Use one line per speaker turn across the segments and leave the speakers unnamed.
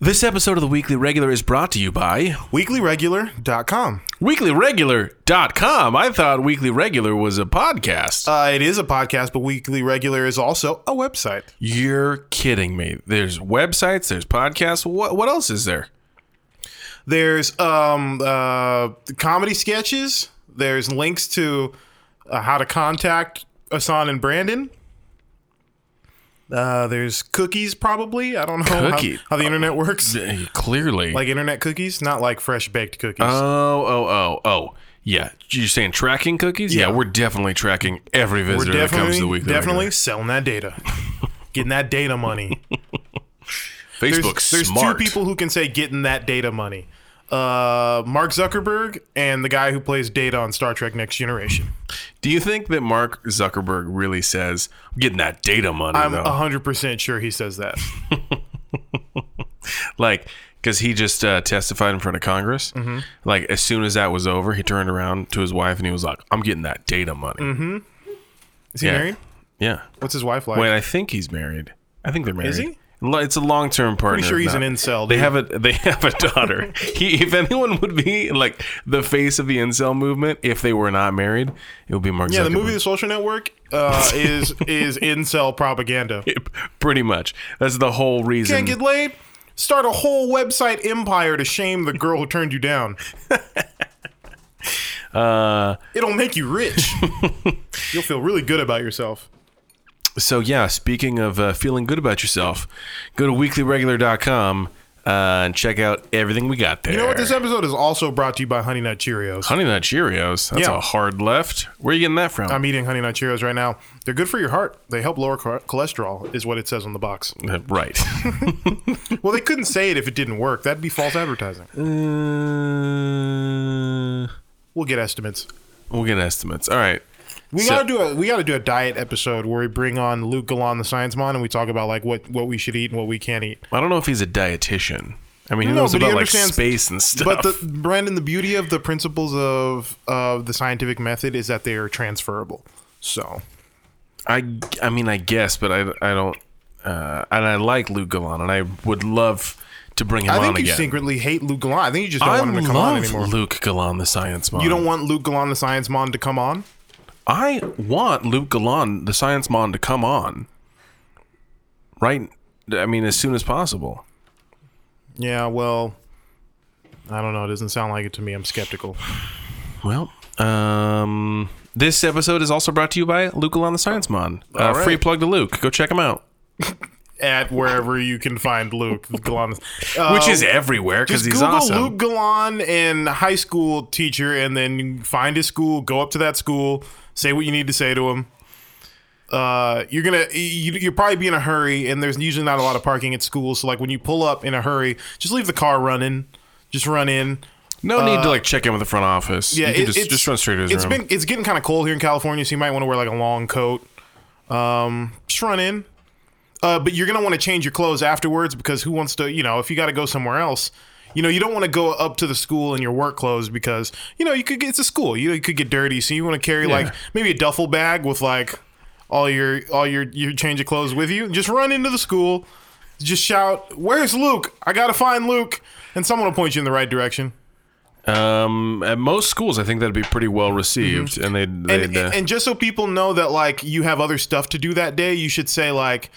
This episode of the Weekly Regular is brought to you by
weeklyregular.com.
weeklyregular.com. I thought Weekly Regular was a podcast.
Uh, it is a podcast, but Weekly Regular is also a website.
You're kidding me. There's websites, there's podcasts. What what else is there?
There's um, uh, comedy sketches. There's links to uh, how to contact Asan and Brandon. Uh, there's cookies, probably. I don't know how-
Cookie-
How, the internet works.
Eh, Clearly.
Like internet cookies, not like fresh baked cookies.
oh, oh, oh, oh. Yeah. You're saying tracking cookies? Yeah,
Yeah.
we're definitely tracking every
We're
visitor that comes
definitely,
to the Weekly
definitely
Regular.
selling that data, getting that data money. there's,
Facebook's
there's two
smart.
people who can say getting that data money uh, Mark Zuckerberg and the guy who plays Data on Star Trek Next Generation.
Do you think that Mark Zuckerberg really says, I'm getting that data money,
I'm
though?
100% sure he says that.
like because he just uh, testified in front of congress
Mm-hmm.
like as soon as that was over he turned around to his wife and he was like i'm getting that data money
Mm-hmm. Is he
Yeah.
married?
yeah
What's his wife like?
wait i think he's married i think they're married
Is
Lo- it's a long-term partner
Pretty sure
if
he's an
not-
incel.
they
dude.
have a they have a daughter. he, if anyone would be like the face of the incel movement, if they were not married, it would be Mark.
yeah, the
Zuckerberg.
movie The Social Network uh, is is incel propaganda.
pretty much. That's the whole reason.
Can't get laid? Start a whole website empire to shame the girl who turned you down.
Uh,
It'll make you rich. You'll feel really good about yourself.
So yeah, speaking of uh, feeling good about yourself, go to weeklyregular.com uh, and check out everything we got there.
You know what? This episode is also brought to you by Honey Nut Cheerios.
Honey Nut Cheerios. That's
Yeah.
a hard left. Where are you getting that from?
I'm eating Honey Nut Cheerios right now. They're good for your heart. They help lower cho- cholesterol, is what it says on the box.
Uh, right.
Well, they couldn't say it if it didn't work. That'd be false advertising.
uh,
We'll get estimates.
we'll get estimates. All right.
We
So-
gotta do a we gotta do a diet episode where we bring on Luke Galan, the science mon, and we talk about like what what we should eat and what we can't eat.
I don't know if he's a dietitian. I mean, he
No,
knows
but he
about like
understands-
space and stuff.
But the Brandon, the beauty of the principles of of the scientific method is that they are transferable. So
I, I mean, I guess, but I, I don't. Uh, and I like Luke Galan, and I would love to bring him
I
on
think you
again.
secretly hate Luke Galan. I think you just don't
I
want him to come on
love
anymore.
Luke Galan, the science mom.
You don't want Luke Galan, the science mon, to come on.
I want Luke Galan, the science mon, to come on. Right? I mean, as soon as possible.
Yeah, well, I don't know. It doesn't sound like it to me. I'm skeptical.
Well, um, this episode is also brought to you by Luke Galan, the science mon. Uh,
All right.
Free plug to Luke. Go check him out.
At wherever you can find Luke Galan,
Which is everywhere because he's
Uh, Google
awesome.
Luke Galan and high school teacher, and then find his school. Go up to that school. Say what you need to say to him. Uh, you're gonna you, you'll probably be in a hurry, and there's usually not a lot of parking at school. So like when you pull up in a hurry, just leave the car running. Just run in.
No need to like check in with the front office.
uh, Yeah,
you can
it-
just,
it's-
just run straight to his
it's
room.
been it's getting kind of cold here in California, so you might want to wear like a long coat. Um, just run in, uh, but you're gonna want to change your clothes afterwards because who wants to? You know, if you got to go somewhere else, you know, you don't want to go up to the school in your work clothes because you know you could get, it's a school, you, you could get dirty, so you want to carry like maybe a duffel bag with like all your all your your change of clothes with you. Just run into the school, just shout, "Where's Luke? I gotta find Luke," and someone will point you in the right direction.
um, at most schools, I think that'd be pretty well received, and they'd, they'd
Mm-hmm. and,
uh,
and just so people know that like you have other stuff to do that day you should say like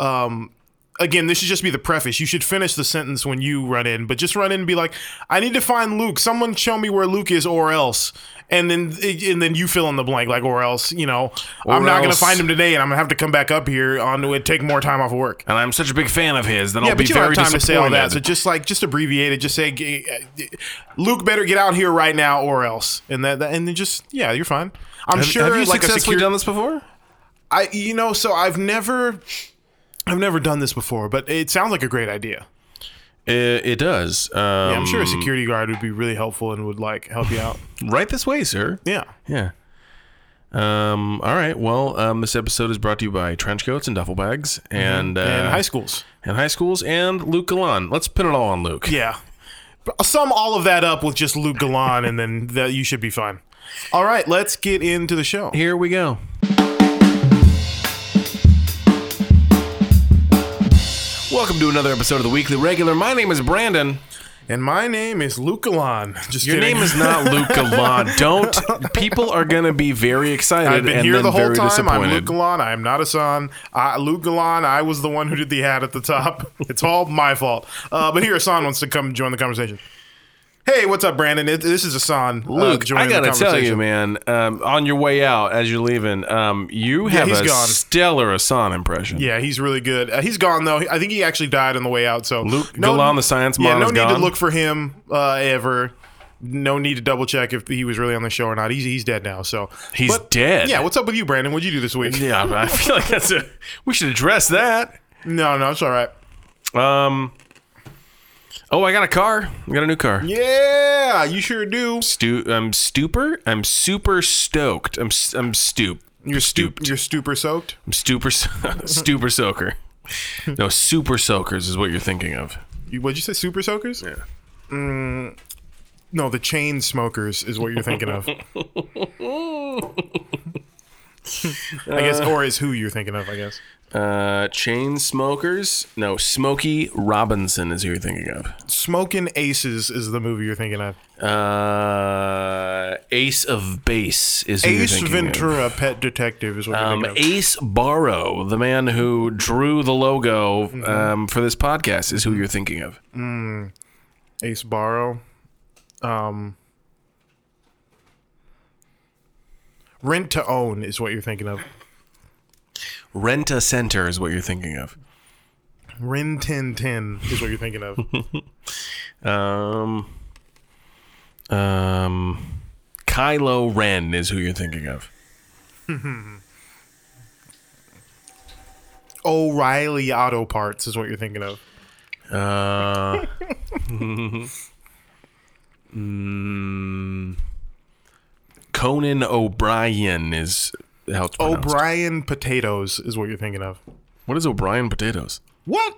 um again this should just be the preface you should finish the sentence when you run in but just run in and be like i need to find luke someone show me where luke is or else and then and then you fill in the blank like or else you know i'm not gonna
else.
find him today and i'm gonna have to come back up here on it take more time off of work
and I'm such a big fan of his. Then
yeah,
I'll be
but you don't
very
have time to say all that. So
disappointed.
just like just abbreviate it. Just say, g- uh, "Luke, better get out here right now, or else." And that, that- and then just yeah, you're fine. I'm
Have-
sure
have you
like a
successfully
secure,
done this before?
I you know, so I've never I've never done this before, but it sounds like a great idea.
It, it does. Um,
Yeah, I'm sure a security guard would be really helpful and would like help you out.
Right this way, sir.
Yeah.
Yeah. Um, all right. Well, um, this episode is brought to you by trench coats and duffel bags and, uh,
Mm-hmm. And high schools.
and high schools and Luke Galan. Let's pin it all on Luke.
Yeah. But sum all of that up with just Luke Galan and then that you should be fine. All right, let's get into the show.
Here we go. Welcome to another episode of the Weekly Regular. My name is Brandon.
And my name is Luke Alon. Just
Your
kidding.
name is not Luke Gallant. Don't people are gonna be very excited
I've been
and
here
then
the whole
very
time. I'm Luke
disappointed.
Gallant. I am not a son. I, Luke Gallant. I was the one who did the ad at the top. It's all my fault. Uh, but here, Asan wants to come join the conversation. Hey, what's up, Brandon? It, this is Asan. uh,
Luke,
joining
I
the
gotta tell you,
conversation.
man. Um, on your way out, as you're leaving, um, you have
he's
a
gone.
stellar Asan impression.
Yeah, he's really good. Uh, he's gone though. I think he actually died on the way out. So
Luke Gallant, the science
Yeah,
mom,
no
is
need to
gone.
look for him uh, ever. No need to double check if he was really on the show or not. He's he's dead now. So
He's dead.
Yeah. What's up with you, Brandon? What'd you do this week?
Yeah, I feel like that's a. We should address that.
No, no, it's all right.
Um. Oh, I got a car. I got a new car.
Yeah, you sure do.
Stu- I'm stupor. I'm super stoked. I'm s- I'm stoop.
You're
stooped.
stooped. You're stupor soaked.
I'm stupor stupor soaker. No, super soakers is what you're thinking of.
You, what'd you say? Super soakers? Yeah. Mm, no, the chain smokers is what you're thinking of. I guess, or is who you're thinking of? I guess.
Uh, chain smokers. No, Smokey Robinson is who you're thinking of.
Smoking Aces is the movie you're thinking of.
Uh, Ace of Base is who
Ace
you're thinking Of.
Ventura, Pet Detective, is what you're
Um,
thinking of.
Ace Barrow, the man who drew the logo
Mm-hmm.
um, for this podcast, is who you're thinking of.
Ace Barrow. Um, Rent to Own is what you're thinking of.
Rent a Center is what you're thinking of.
Rin Tin Tin is what you're thinking of.
Um, um, Kylo Ren is who you're thinking of.
O'Reilly Auto Parts is what you're thinking of.
Uh, mm, Conan O'Brien is how it's pronounced.
O'Brien Potatoes is what you're thinking of.
what is O'Brien potatoes?
What?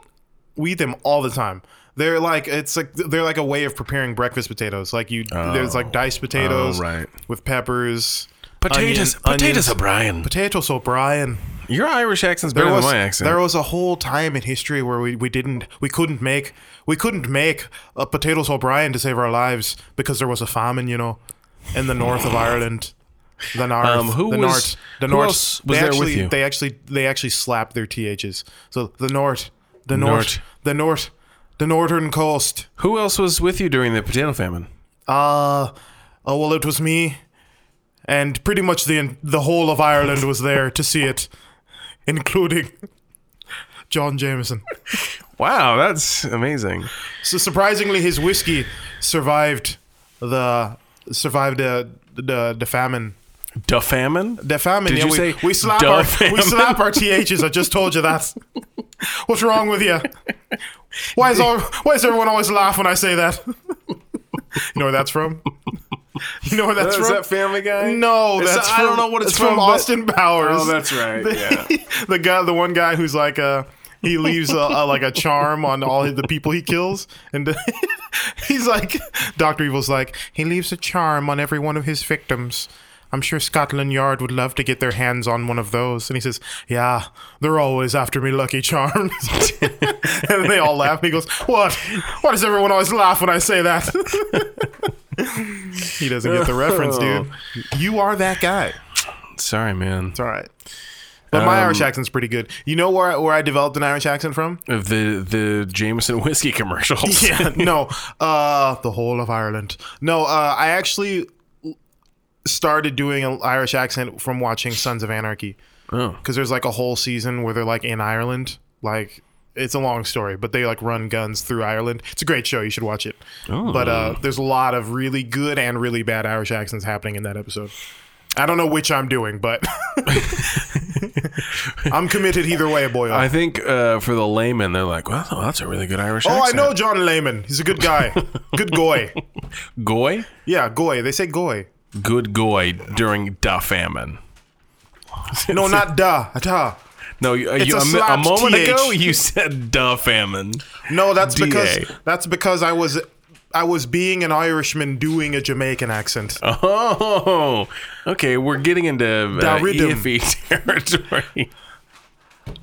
We eat them all the time. They're like it's like they're like a way of preparing breakfast potatoes. Like you, there's like diced potatoes
Oh, right.
with peppers,
Potatoes,
onion-
potatoes,
onions.
O'Brien.
potatoes. O'Brien.
Your Irish accent's better
There was
than my accent.
there was a whole time in history where we, we didn't we couldn't make we couldn't make a potatoes O'Brien to save our lives because there was a famine, you know, in the north of Ireland. The north,
Um, who
the
was-
north, the
who
north.
else was
they
there with
actually,
you?
They actually they actually slapped their ths. So the north, the north,
North.
the north, the northern coast.
Who else was with you during the potato famine?
Uh, oh well, it was me, and pretty much the the whole of Ireland was there to see it, including John Jameson.
Wow, that's amazing.
So surprisingly, his whiskey survived the survived the the, the famine.
Da famine?
The famine.
Did
yeah,
you
we,
say
we slap
the
our we
famine?
slap our ths. I just told you that. What's wrong with you? Why is all, why is everyone always laugh when I say that? You know where that's from? You know where that's from?
Family Guy?
no,
It's-
that's
I
from,
don't know what it's
from.
from, but-
Austin Powers.
Oh, that's right. Yeah.
the guy, the one guy who's like uh he leaves a, a, like a charm on all the people he kills, and he's like, Doctor Evil's like, he leaves a charm on every one of his victims. I'm sure Scotland Yard would love to get their hands on one of those. And he says, "Yeah, they're always after me, Lucky Charms." and they all laugh. And he goes, "What? Why does everyone always laugh when I say that?" he doesn't get the reference, dude. You are that guy.
Sorry, man.
It's all right. But my
Um,
Irish accent's pretty good. You know where I, where I developed an Irish accent from?
Of the the Jameson whiskey commercials.
Yeah, no, uh, the whole of Ireland. No, uh, I actually started doing an Irish accent from watching Sons of Anarchy
Oh.
because there's like a whole season where they're like in Ireland. Like it's a long story, but they like run guns through Ireland. It's a great show. You should watch it. But uh, there's a lot of really good and really bad Irish accents happening in that episode. I don't know which I'm doing, but I'm committed either way, boy.
I think uh, for the layman, they're like, "Well, that's a really good Irish
Oh, I
accent."
know John Lehman. He's a good guy. good goy.
Goy,
Yeah, goy. They say goy.
good goy during da famine.
No, not da. Da.
No, you, you,
a
a, mi- a
slapped
moment
TH.
ago you said da famine.
No, that's
DA.
because that's because I was I was being an Irishman doing a Jamaican accent.
Oh, okay, we're getting into uh,
Da rhythm.
EFE territory.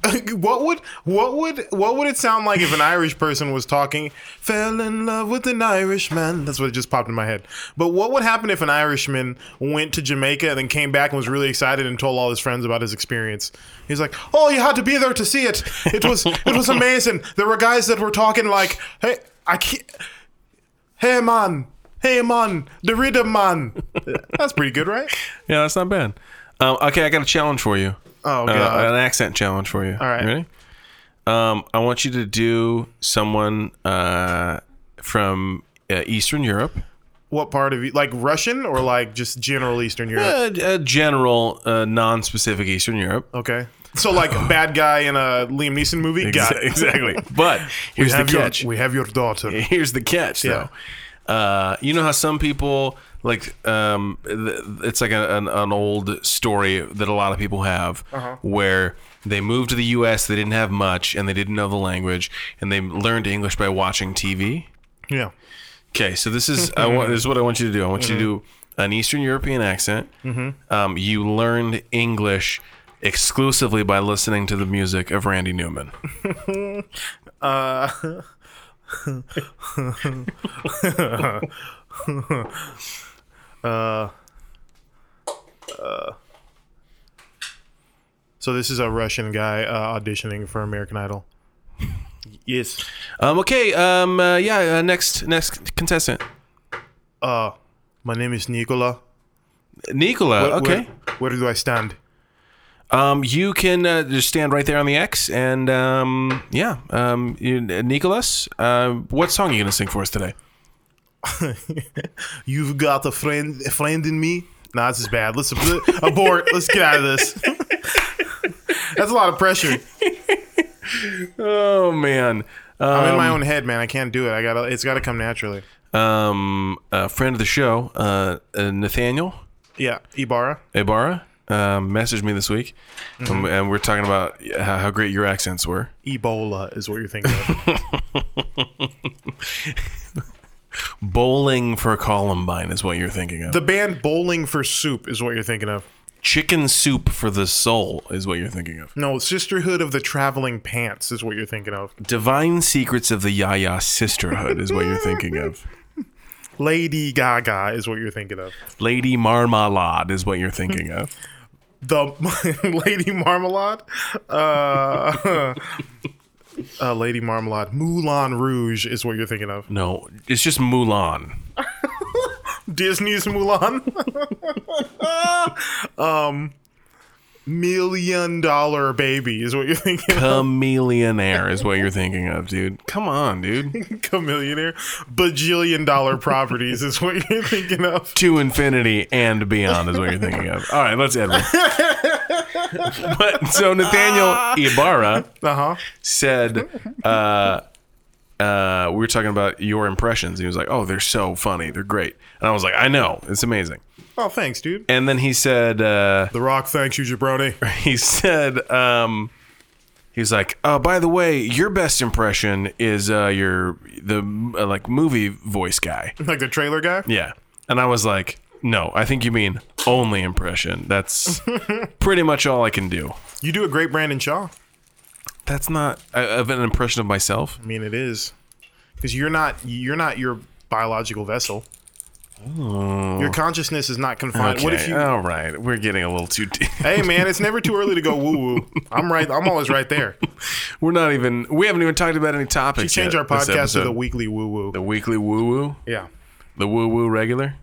what would what would what would it sound like if an Irish person was talking? Fell in love with an Irishman. That's what just popped in my head. But what would happen if an Irishman went to Jamaica and then came back and was really excited and told all his friends about his experience? He's like, "Oh, you had to be there to see it. It was it was amazing. There were guys that were talking like, hey, I can't, hey man, hey man, the rhythm man.' That's pretty good, right?
Yeah, that's not bad. Um, okay, I got a challenge for you.
Oh,
Uh,
God.
an accent challenge for you. All
right.
ready? Um, I want you to do someone uh, from uh, Eastern Europe,
What part of you like Russian or like just general Eastern Europe?
a, Uh, a general, uh, non-specific Eastern Europe.
Okay. So like bad guy in a Liam Neeson movie. Got
Exa-
it.
exactly. But here's the
Have your-
catch.
we have your daughter.
Here's the catch,
Yeah.
though. Uh, you know how some people like um, th- it's like a, an, an old story that a lot of people have, where they moved to the U.S. They didn't have much and they didn't know the language, and they learned English by watching TV.
Yeah.
Okay, so this is I want this is what I want you to do. I want you to do an Eastern European accent. Um, you learned English exclusively by listening to the music of Randy Newman.
Uh, So this is a Russian guy uh, auditioning for American Idol. Yes.
Um, okay, um, uh, yeah, uh, next next contestant,
Uh, my name is Nicola.
Nicola. okay.
Where, where do I stand?
Um, you can uh, just stand right there on the X, and um, yeah, um, you, Nicholas, uh, what song are you gonna sing for us today?
You've got a friend, a friend in me. Nah, this is bad. Let's ab- abort. Let's get out of this. That's a lot of pressure.
Oh man,
I'm in my own head, man. I can't do it. I gotta. It's gotta come naturally.
um, a friend of the show, uh, uh, Nathaniel
Yeah, Ibarra.
Ibarra, um, messaged me this week, and, and we're talking about how, how great your accents were.
Ebola is what you're thinking of.
Bowling for Columbine is what you're thinking of.
The band Bowling for Soup is what you're thinking of.
Chicken soup for the soul is what you're thinking of.
No, Sisterhood of the Traveling Pants is what you're thinking of.
Divine secrets of the Yaya sisterhood is what you're thinking of.
Lady Gaga is what you're thinking of.
Lady Marmalade is what you're thinking of.
The Lady Marmalade? Uh, uh, Lady Marmalade. Moulin Rouge is what you're thinking of.
No, it's just Mulan.
Disney's Mulan. um, million Dollar Baby is what you're thinking of.
Chameleonaire is what you're thinking of, dude. Come on, dude.
Chameleonaire. Bajillion Dollar Properties is what you're thinking of.
to infinity and beyond is what you're thinking of. All right, let's end it. but so Nathaniel Ibarra
Uh huh.
said, uh, uh, we were talking about your impressions. He was like, "Oh, they're so funny. They're great." And I was like, "I know. It's amazing."
Oh, thanks, dude.
And then he said, uh,
The Rock thanks you, jabroni.
he said um he's like oh by the way your best impression is uh your the uh, like movie voice guy
Like the trailer guy?
yeah and i was like no i think you mean only impression that's pretty much all i can do
You do a great Brandon Shaw.
that's not uh, of an impression of myself
I mean, it is because you're not you're not your biological vessel. Your consciousness is not confined. What if
Oh. Okay,
you?
all right we're getting a little too deep
hey, man, it's never too early to go woo woo. I'm right. I'm always right there.
we're not even we haven't even talked about any topics
Change
yet
our
this
podcast to
episode.
the weekly woo woo.
the weekly woo woo
Yeah,
the woo woo regular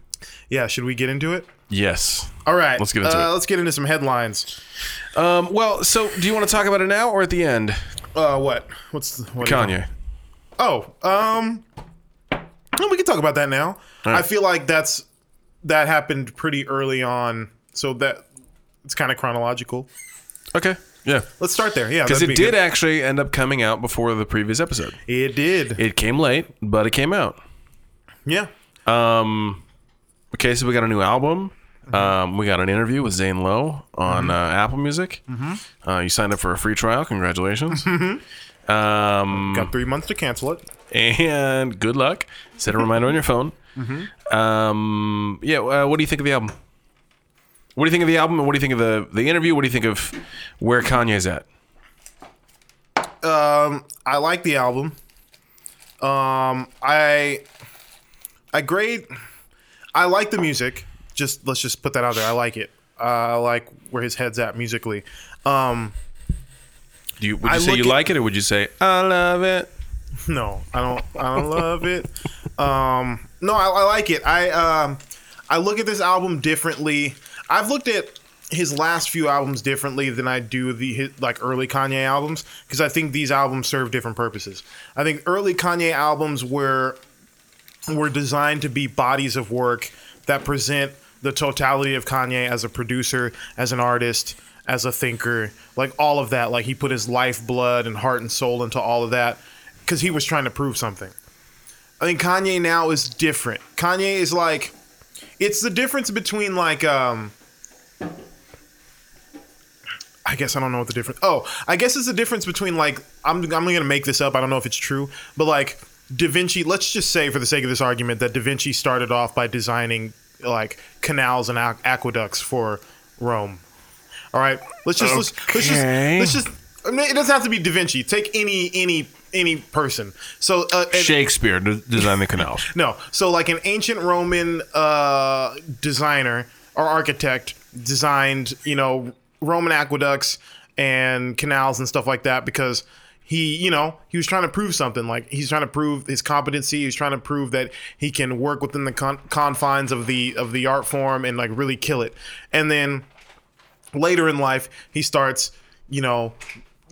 yeah. Should we get into it?
yes
All right.
Let's get into
uh,
it.
Let's get into some headlines.
um well so do you want to talk about it now or at the end
Uh, what? What's the, what do you-
kanye
Oh, um, well, we can talk about that now. I feel like that's that happened pretty early on, so that it's kind of chronological.
Okay. Yeah.
Let's start there. Yeah,
Because
that'd
it
be
did
good.
actually end up coming out before the previous episode.
It did.
It came late, but it came out.
yeah.
Okay, so we got a new album.
Mm-hmm.
Um, we got an interview with Zane Lowe on uh, Apple Music.
Mm-hmm.
Uh, you signed up for a free trial. Congratulations. um,
Got three months to cancel it.
and good luck. Set a reminder on your phone.
Mm-hmm.
Um, yeah. Uh, what do you think of the album? What do you think of the album? And what do you think of the, the interview? What do you think of where Kanye's at?
um, I like the album. Um, I I grade. I like the music. Just let's just put that out there. I like it. Uh, I like where his head's at musically. Um,
Do you, would
I
you say
look
you
at-
like it, or would you say I love it?
No, I don't. I don't love it. Um, no, I, I like it. I um, I look at this album differently. I've looked at his last few albums differently than I do the his, like early Kanye albums because I think these albums serve different purposes. I think early Kanye albums were were designed to be bodies of work that present the totality of Kanye as a producer, as an artist, as a thinker, like all of that. Like he put his life, blood, and heart and soul into all of that because he was trying to prove something. I think Kanye now is different. Kanye is like, it's the difference between like, um, I guess I don't know what the difference. Oh, I guess it's the difference between like I'm I'm gonna make this up. I don't know if it's true, but like Da Vinci. Let's just say for the sake of this argument that Da Vinci started off by designing like canals and aqu- aqueducts for Rome. All right, let's just let's, let's just
Okay.
let's just. I mean, it doesn't have to be Da Vinci. Take any any any person. So uh, and-
Shakespeare d- designed the canals.
no. So like an ancient Roman uh, designer or architect designed, you know, Roman aqueducts and canals and stuff like that because he, you know, he was trying to prove something. Like he's trying to prove his competency. He's trying to prove that he can work within the con- confines of the of the art form and like really kill it. And then later in life, he starts, you know,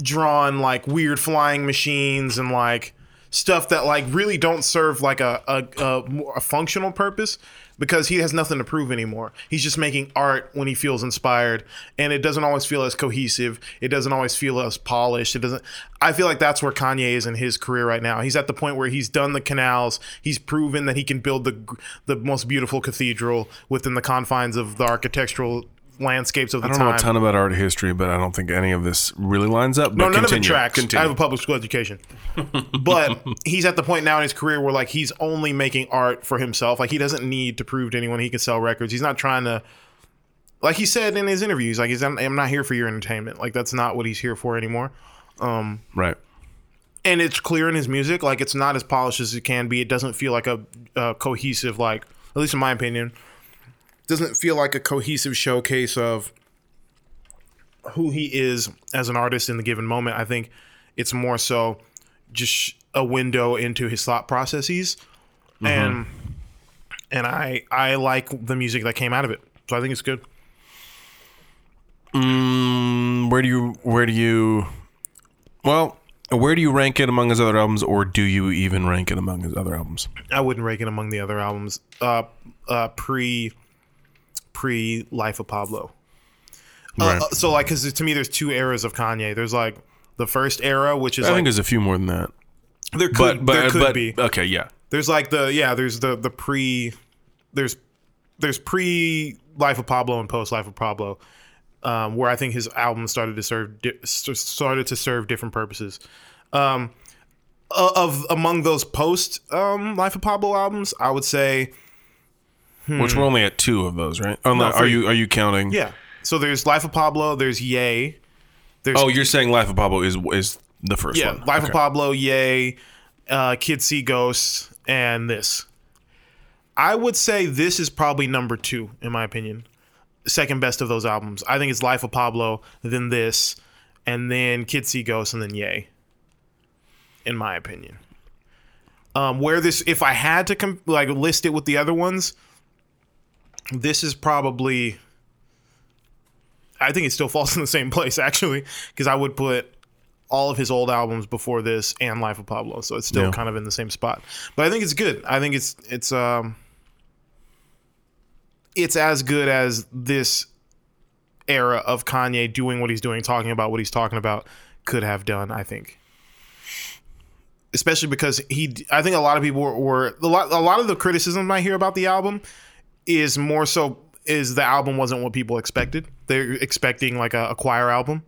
drawing like weird flying machines and like stuff that like really don't serve like a a, a, more- a functional purpose because he has nothing to prove anymore. He's just making art when he feels inspired and it doesn't always feel as cohesive. It doesn't always feel as polished. It doesn't I feel like that's where Kanye is in his career right now. He's at the point where he's done the canals. He's proven that he can build the gr- the most beautiful cathedral within the confines of the architectural landscapes of the
I don't
time.
know a ton about art history, but I don't think any of this really lines up. But
No, none
continue.
of it tracks. I
Continue.
have a public school education. but he's at the point now in his career where like he's only making art for himself. Like he doesn't need to prove to anyone he can sell records. He's not trying to like he said in his interviews, like he's I'm not here for your entertainment. Like that's not what he's here for anymore.
right.
And it's clear in his music, like it's not as polished as it can be. It doesn't feel like a, a cohesive, like at least in my opinion, doesn't feel like a cohesive showcase of who he is as an artist in the given moment. I think it's more so just a window into his thought processes, and and I I like the music that came out of it, so I think it's good.
Mm, where do you where do you well where do you rank it among his other albums, or do you even rank it among his other albums?
I wouldn't rank it among the other albums. Uh, uh, pre pre Life of Pablo. Uh,
Right.
uh, so like, because to me, there's two eras of Kanye. There's like the first era, which is
I
like
think there's a few more than that,
there could
but but
there could
but
be.
okay, yeah,
There's like the yeah. There's the the pre. There's there's pre Life of Pablo and post Life of Pablo, um, where I think his album started to serve di- st- started to serve different purposes. Um, o- of among those post um, Life of Pablo albums, I would say
which we're only at two of those, right? Oh, no, are
Hmm. three.
you are you counting?
Yeah. So there's Life of Pablo, there's Yay. There's
Oh, you're saying Life of Pablo is is the first
yeah,
one?
Life of
Okay.
Pablo, Yay, uh, Kids See Ghosts, and this. I would say this is probably number two, in my opinion. Second best of those albums. I think it's Life of Pablo, then this, and then Kids See Ghosts, and then Yay. In my opinion. Um, where this, if I had to com- like list it with the other ones, this is probably I think it still falls in the same place actually because I would put all of his old albums before this and Life of Pablo, so it's still
Yeah.
kind of in the same spot. But I think it's good. I think it's it's um it's as good as this era of Kanye doing what he's doing, talking about what he's talking about could have done, I think. Especially because he I think a lot of people were, were a lot a lot of the criticism I hear about the album is more so is the album wasn't what people expected. They're expecting like a, a choir album,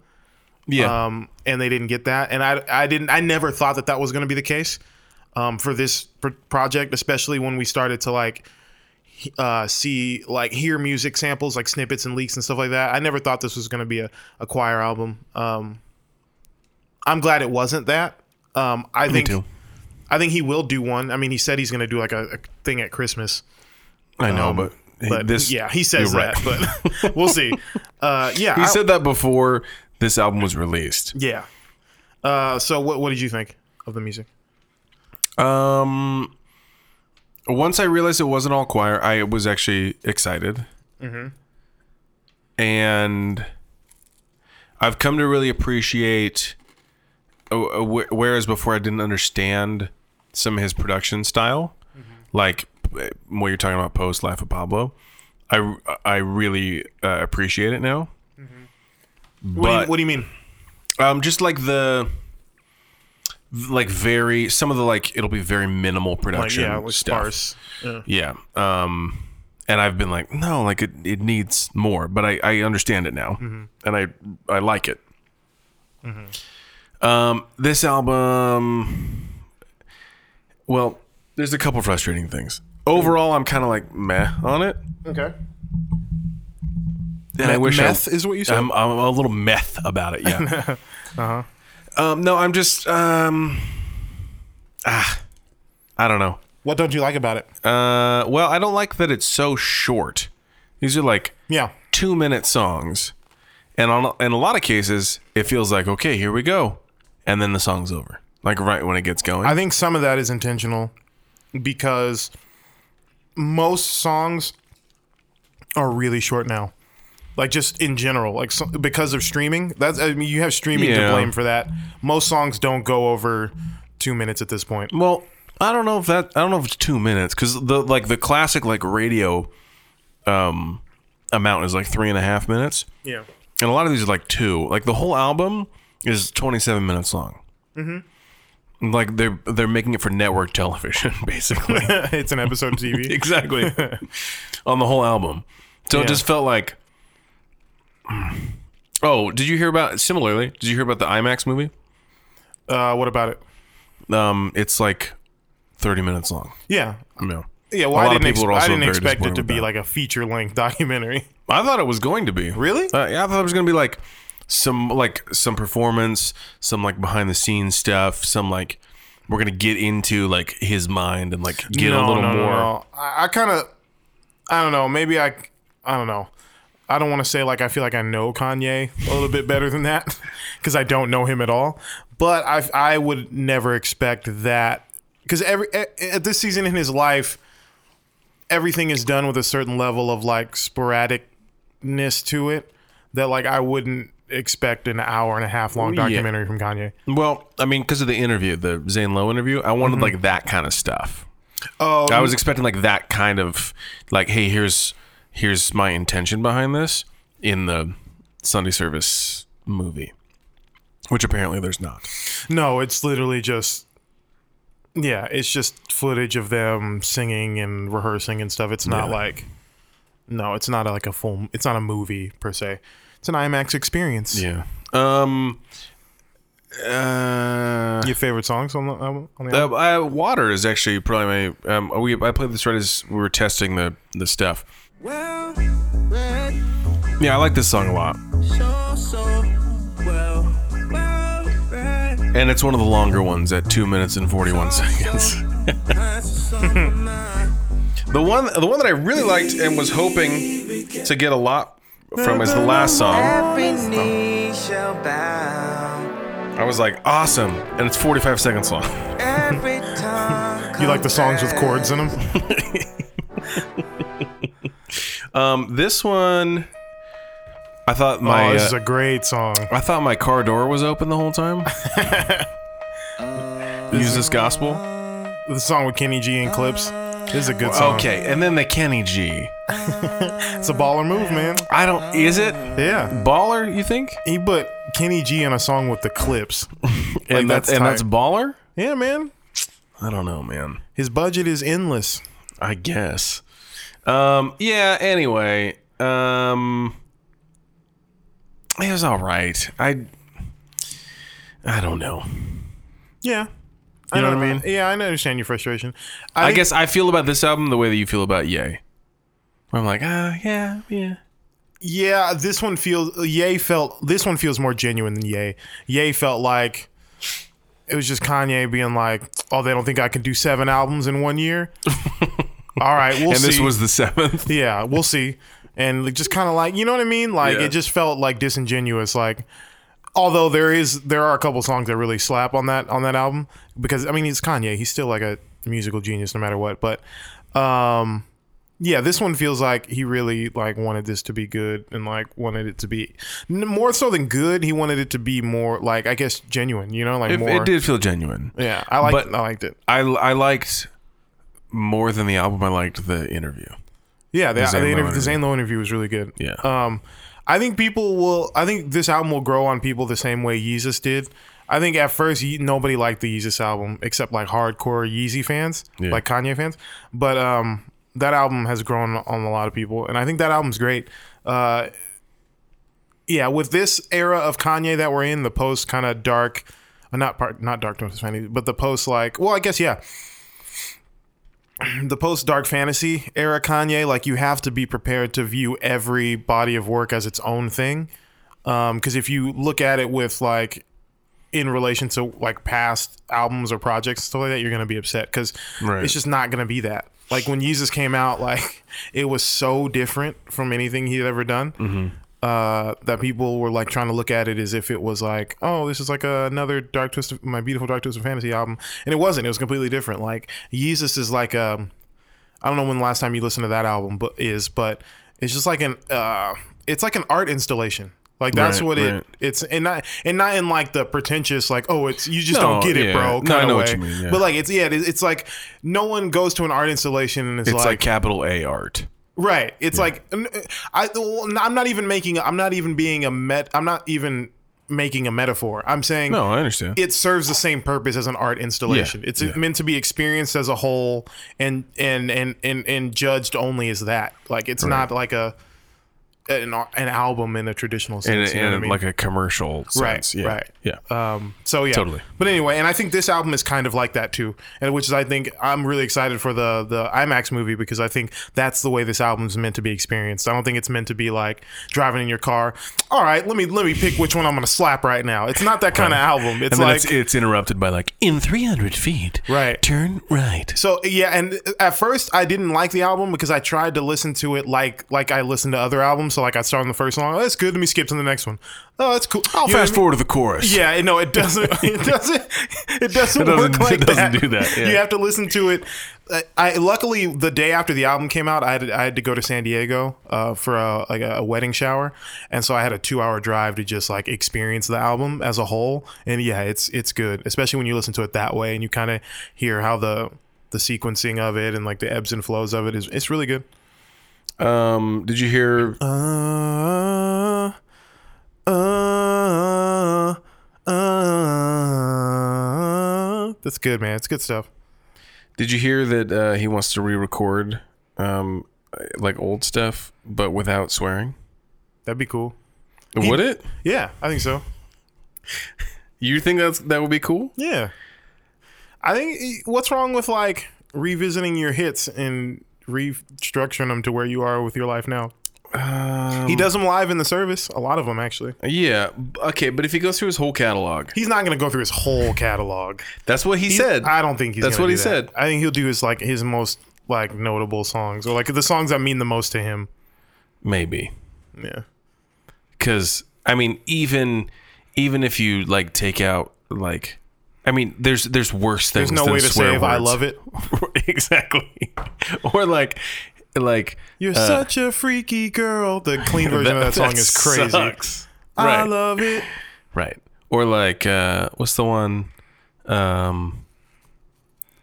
Yeah,
um, and they didn't get that. And I, I didn't, I never thought that that was going to be the case um, for this pr- project, especially when we started to like he- uh, see like hear music samples, like snippets and leaks and stuff like that. I never thought this was going to be a, a choir album. Um, I'm glad it wasn't that. Um, I think
too.
I think he will do one. I mean, he said he's going to do like a, a thing at Christmas.
I know,
Um,
but,
But
this
yeah, he says
you're right.
that, but we'll see. Uh, yeah,
He
I-
said that before this album was released.
yeah. Uh, so what what did you think of the music?
Um, once I realized it wasn't all choir, I was actually excited.
Mm-hmm.
And I've come to really appreciate. oh, oh, wh- Whereas before I didn't understand some of his production style,
Mm-hmm.
like eh, what you're talking about post Life of Pablo, I I really uh, appreciate it now.
Mm-hmm. What, do you,
But-
what do you mean?
Um, just like the like very some of the like it'll be very minimal
Like
production.
yeah, it was
stuff.
sparse. Yeah.
Yeah. Um, and I've been like, no, like it, it needs more, but I, I understand it now,
Mm-hmm.
and I I like it. Um, this album, well, there's a couple frustrating things. Overall, I'm kind of like meh on it,
Okay.
and I wish I-
meth is what you said.
I'm,
Uh-huh.
I'm a little meth about it. Yeah. Um, no, I'm just um, ah, I don't know.
What don't you like about it?
Uh, well, I don't like that it's so short. These are like
Yeah.
two minute songs, and on in a lot of cases, it feels like okay, here we go, and then the song's over. Like right when it gets going.
I think some of that is intentional because most songs are really short now. Like just in general, like so, because of streaming. That's I mean you have streaming
Yeah.
to blame for that. Most songs don't go over 2 minutes at this point.
well, I don't know if that. I don't know if it's two minutes because the like the classic like radio, um, amount is like three and a half minutes.
Yeah.
and a lot of these are like two. Like the whole album is 27 minutes long. Mm-hmm. Like they're they're making it for network television, basically.
it's an episode of TV.
exactly. On the whole album, so
Yeah.
it just felt like. hmm. Oh, did you hear about? Similarly, did you hear about the IMAX movie?
Uh, what about it?
Um, it's like 30 minutes long.
Yeah.
No.
Yeah, well,
A
I
lot of
didn't, ex-
people are also
I didn't
very
expect it
disappointed
to
with
be
that.
like a feature length documentary.
I thought it was going to be.
Really?
Uh, yeah, I thought it was going to be like some like some performance, some like behind the scenes stuff, some like we're going to get into like his mind and like get a little more.
I, I kind of, I don't know. Maybe I, I don't know. I don't want to say like I feel like I know Kanye a little bit better than that because I don't know him at all. But I, I would never expect that because every at, at this season in his life, everything is done with a certain level of like sporadicness to it that like I wouldn't expect an hour and a half long
Oh, Yeah.
documentary from Kanye.
Well, I mean, because of the interview, the Zane Lowe interview, I wanted like that kind of stuff.
Oh,
I was expecting like that kind of like, hey, here's here's my intention behind this in the Sunday Service movie, which apparently there's not.
No, it's literally just yeah, it's just footage of them singing and rehearsing and stuff. It's not
Yeah.
like no, it's not like a full. It's not a movie per se. It's an IMAX experience.
Yeah. Um. Uh,
Your favorite songs on the album? On the album?
Uh, uh, water is actually probably my. Um, we I played this right as we were testing the the stuff.
Well, well,
Yeah, I like this song a lot,
so, so, well, well, well,
and it's one of the longer ones at two minutes and forty one seconds.
that's a song of mine.
The one the one that I really liked and was hoping to get a lot from is the last song.
Every knee shall bow.
I was like, awesome, and it's forty five seconds long.
Every tongue.
you like the songs with chords in them?
Um, this one, I thought
Oh,
my
this is
uh,
a great song.
I thought my car door was open the whole time. Use this gospel.
The song with Kenny G and Clips. This is a good song.
Okay, and then the Kenny G.
it's a baller move, man.
I don't. Is it
Yeah,
baller? You think?
he put Kenny G in a song with the Clips.
and that's,
that's
and
tight.
that's baller.
Yeah, man.
I don't know, man.
His budget is endless.
I guess. Um. Yeah. Anyway. Um. It was all right. I. I don't know.
Yeah.
You know
don't-
what I mean?
Yeah, I understand your frustration.
I,
think-
guess I feel about this album the way that you feel about Yay. Where I'm like, ah, yeah, yeah.
Yeah, this one feels. Yay felt. This one feels more genuine than Yay. Yay felt like it was just Kanye being like, "Oh, they don't think I can do seven albums in one year." All right, we'll
and
see.
this was the seventh.
yeah, we'll see. And like, just kind of like, you know what I mean? Like
Yeah.
it just felt like disingenuous. Like, although there is there are a couple songs that really slap on that on that album because I mean it's Kanye. He's still like a musical genius no matter what. But um, yeah, this one feels like he really like wanted this to be good and like wanted it to be n- more so than good. He wanted it to be more like I guess genuine. You know, like
It,
more.
it did feel genuine.
Yeah, I liked
But-
I liked it.
I I liked more than the album. I liked the interview.
Yeah, the, the,
Zane Lowe
interview, the
interview.
Zane Lowe interview was really good.
Yeah.
Um, I think people will. I think this album will grow on people the same way Yeezus did. I think at first Ye- nobody liked the Yeezus album except like hardcore Yeezy fans,
Yeah.
like Kanye fans. But um, that album has grown on a lot of people, and I think that album's great. Uh, yeah, with this era of Kanye that we're in, the post kind of dark, uh, not part, not dark fantasy, but the post like, well, I guess yeah, the post dark fantasy era Kanye, like you have to be prepared to view every body of work as its own thing, because if you look at it with like in relation to like past albums or projects and stuff like that, you're gonna be upset because
Right.
it's just not gonna be that. Like when Jesus came out, like it was so different from anything he'd ever done uh, that people were like trying to look at it as if it was like, oh, this is like another Dark Twist, of, my beautiful Dark Twist of Fantasy album, and it wasn't. It was completely different. Like Yeezus is like um, I don't know when the last time you listened to that album, but is but it's just like an uh, it's like an art installation. Like that's
Right,
what it
right.
it's and not and not in like the pretentious like oh it's you just
No,
don't get it
yeah.
bro
No, I
kind
know what
of way.
you mean, yeah.
But like it's yeah it- it's like no one goes to an art installation and is
It's like,
like
capital A art.
Right. It's like n- uh, I. well, n- I'm not even making. I'm not even being a met. I'm not even making a metaphor. I'm saying
No, I understand.
it serves the same purpose as an art installation.
Yeah,
It's
yeah.
meant to be experienced as a whole and and and and, and judged only as that. Like it's not like a an, ar- an album in a traditional
in
sense.
in
you know what I mean?
like a commercial
Right,
sense. Yeah.
right.
Yeah.
Um, so yeah,
Totally.
But anyway, and I think this album is kind of like that too, and which is I think I'm really excited for the the IMAX movie because I think that's the way this album's meant to be experienced. I don't think it's meant to be like driving in your car. All right, let me let me pick which one I'm gonna slap right now. It's not that kind of album. It's
and then
like
it's, it's interrupted by like in 300 feet.
Right.
Turn right.
So yeah, and at first I didn't like the album because I tried to listen to it like like I listened to other albums. So like I start on the first song, oh, that's good. Let me skip to the next one. Oh, that's cool.
I'll
You know what I
fast
mean?
forward to the chorus.
Yeah, no, it doesn't. It doesn't. It doesn't,
It doesn't-
work
it
like
doesn't
that.
do that, yeah.
You have to listen to it. I, I luckily the day after the album came out, I had I had to go to San Diego uh, for a, like a, wedding shower, and so I had a two hour drive to just like experience the album as a whole. And yeah, it's it's good, especially when you listen to it that way and you kind of hear how the the sequencing of it and like the ebbs and flows of it is it's really good.
Um, did you hear?
Uh, uh, uh, that's good, man. It's good stuff.
Did you hear that uh, he wants to re-record um, like old stuff, but without swearing?
That'd be cool.
would it?
Yeah, I think so.
You think that's that would be cool?
Yeah. I think what's wrong with like revisiting your hits and restructuring them to where you are with your life now? he does them live in the service, a lot of them actually.
Yeah. b- Okay, but if he goes through his whole catalog,
He's not going to go through his whole catalog.
that's what he
He-
said.
I don't think he's.
That's
gonna
what
do
he said.
that. I think he'll do his like his most like notable songs or like the songs that mean the most to him.
Maybe
Yeah.
because I mean, even even if you like take out like, I mean, there's there's worse things.
There's no
than
way to
swear
say if I
words.
love it.
exactly, or like like
You're
uh,
such a freaky girl. The clean version of that song is crazy.
sucks.
I
Right.
love it.
Right. Or like uh what's the one um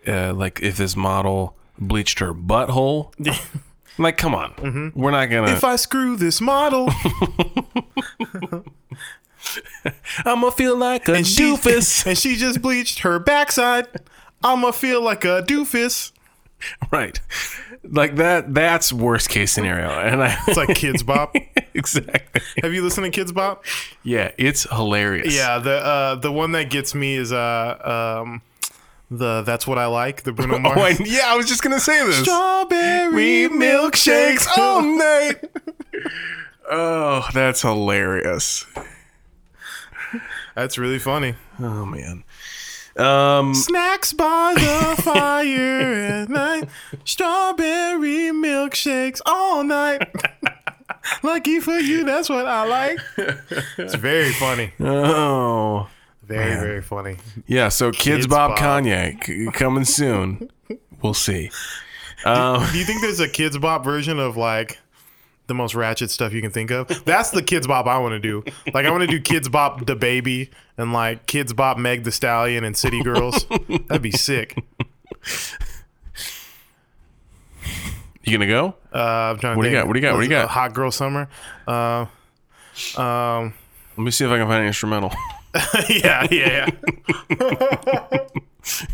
uh like if this model bleached her butthole? like come on. We're not gonna
Mm-hmm. If I screw this model,
I'ma feel like a
and she,
doofus.
and she just bleached her backside, I'ma feel like a doofus.
right. Like that that's worst case scenario. And I
It's like Kids Bop.
Exactly.
Have you listened to Kids Bop?
Yeah, it's hilarious.
Yeah, the uh, the one that gets me is uh um the that's what I like the Bruno Mars.
Oh, I, yeah, I was just gonna say this.
Strawberry milkshakes all
night. oh, that's hilarious.
That's really funny.
Oh man. Um,
Snacks by the fire at night. Strawberry milkshakes all night. Lucky for you, that's what I like. It's very funny.
oh.
Very, very funny.
Yeah, so Kids,
Kids
Bob,
Bob.
Kanye c- coming soon. we'll see. Um,
Do you think there's a Kids Bop version of like the most ratchet stuff you can think of? That's the Kids Bop I want to do. Like, I want to do Kids Bop the Baby and like Kids Bop Meg the Stallion and City Girls. That'd be sick.
You gonna go?
Uh, I'm trying to
What do you
think.
got? What do you got? What do you got?
Hot Girl Summer. Uh, um,
Let me see if I can find an instrumental.
yeah, yeah, yeah.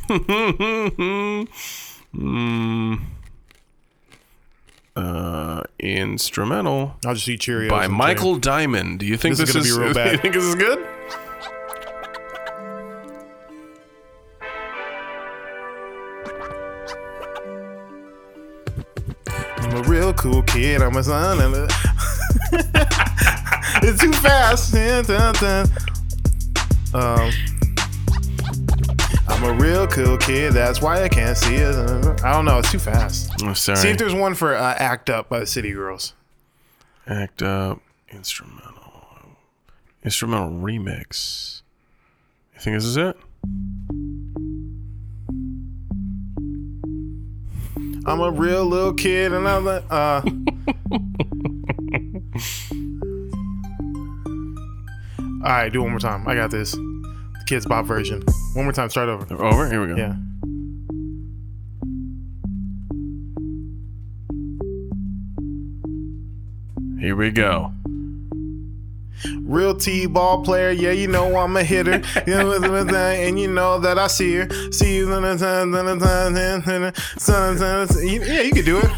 Hmm. Mm. Uh, instrumental
I'll just eat Cheerios.
by
and
Michael Diamond. Do you think
This
this,
is
is,
gonna be real bad.
You think this is good?
drink. I'm a real cool kid. I'm a son. of a- it's too fast. Dun, dun, dun. Um, I'm a real cool kid. That's why I can't see it. I don't know. It's too fast.
I'm sorry.
See if there's one for uh, Act Up by the City Girls.
Act up. Instrumental. Instrumental remix. You think this is it?
I'm a real little kid and I'm a, uh All right, do it one more time. I got this. The Kids Bop version. One more time, start over.
Over. Here we go.
Yeah.
Here we go.
Real T ball player, yeah, you know I'm a hitter. and you know that I see her. See you. Yeah, you can do it.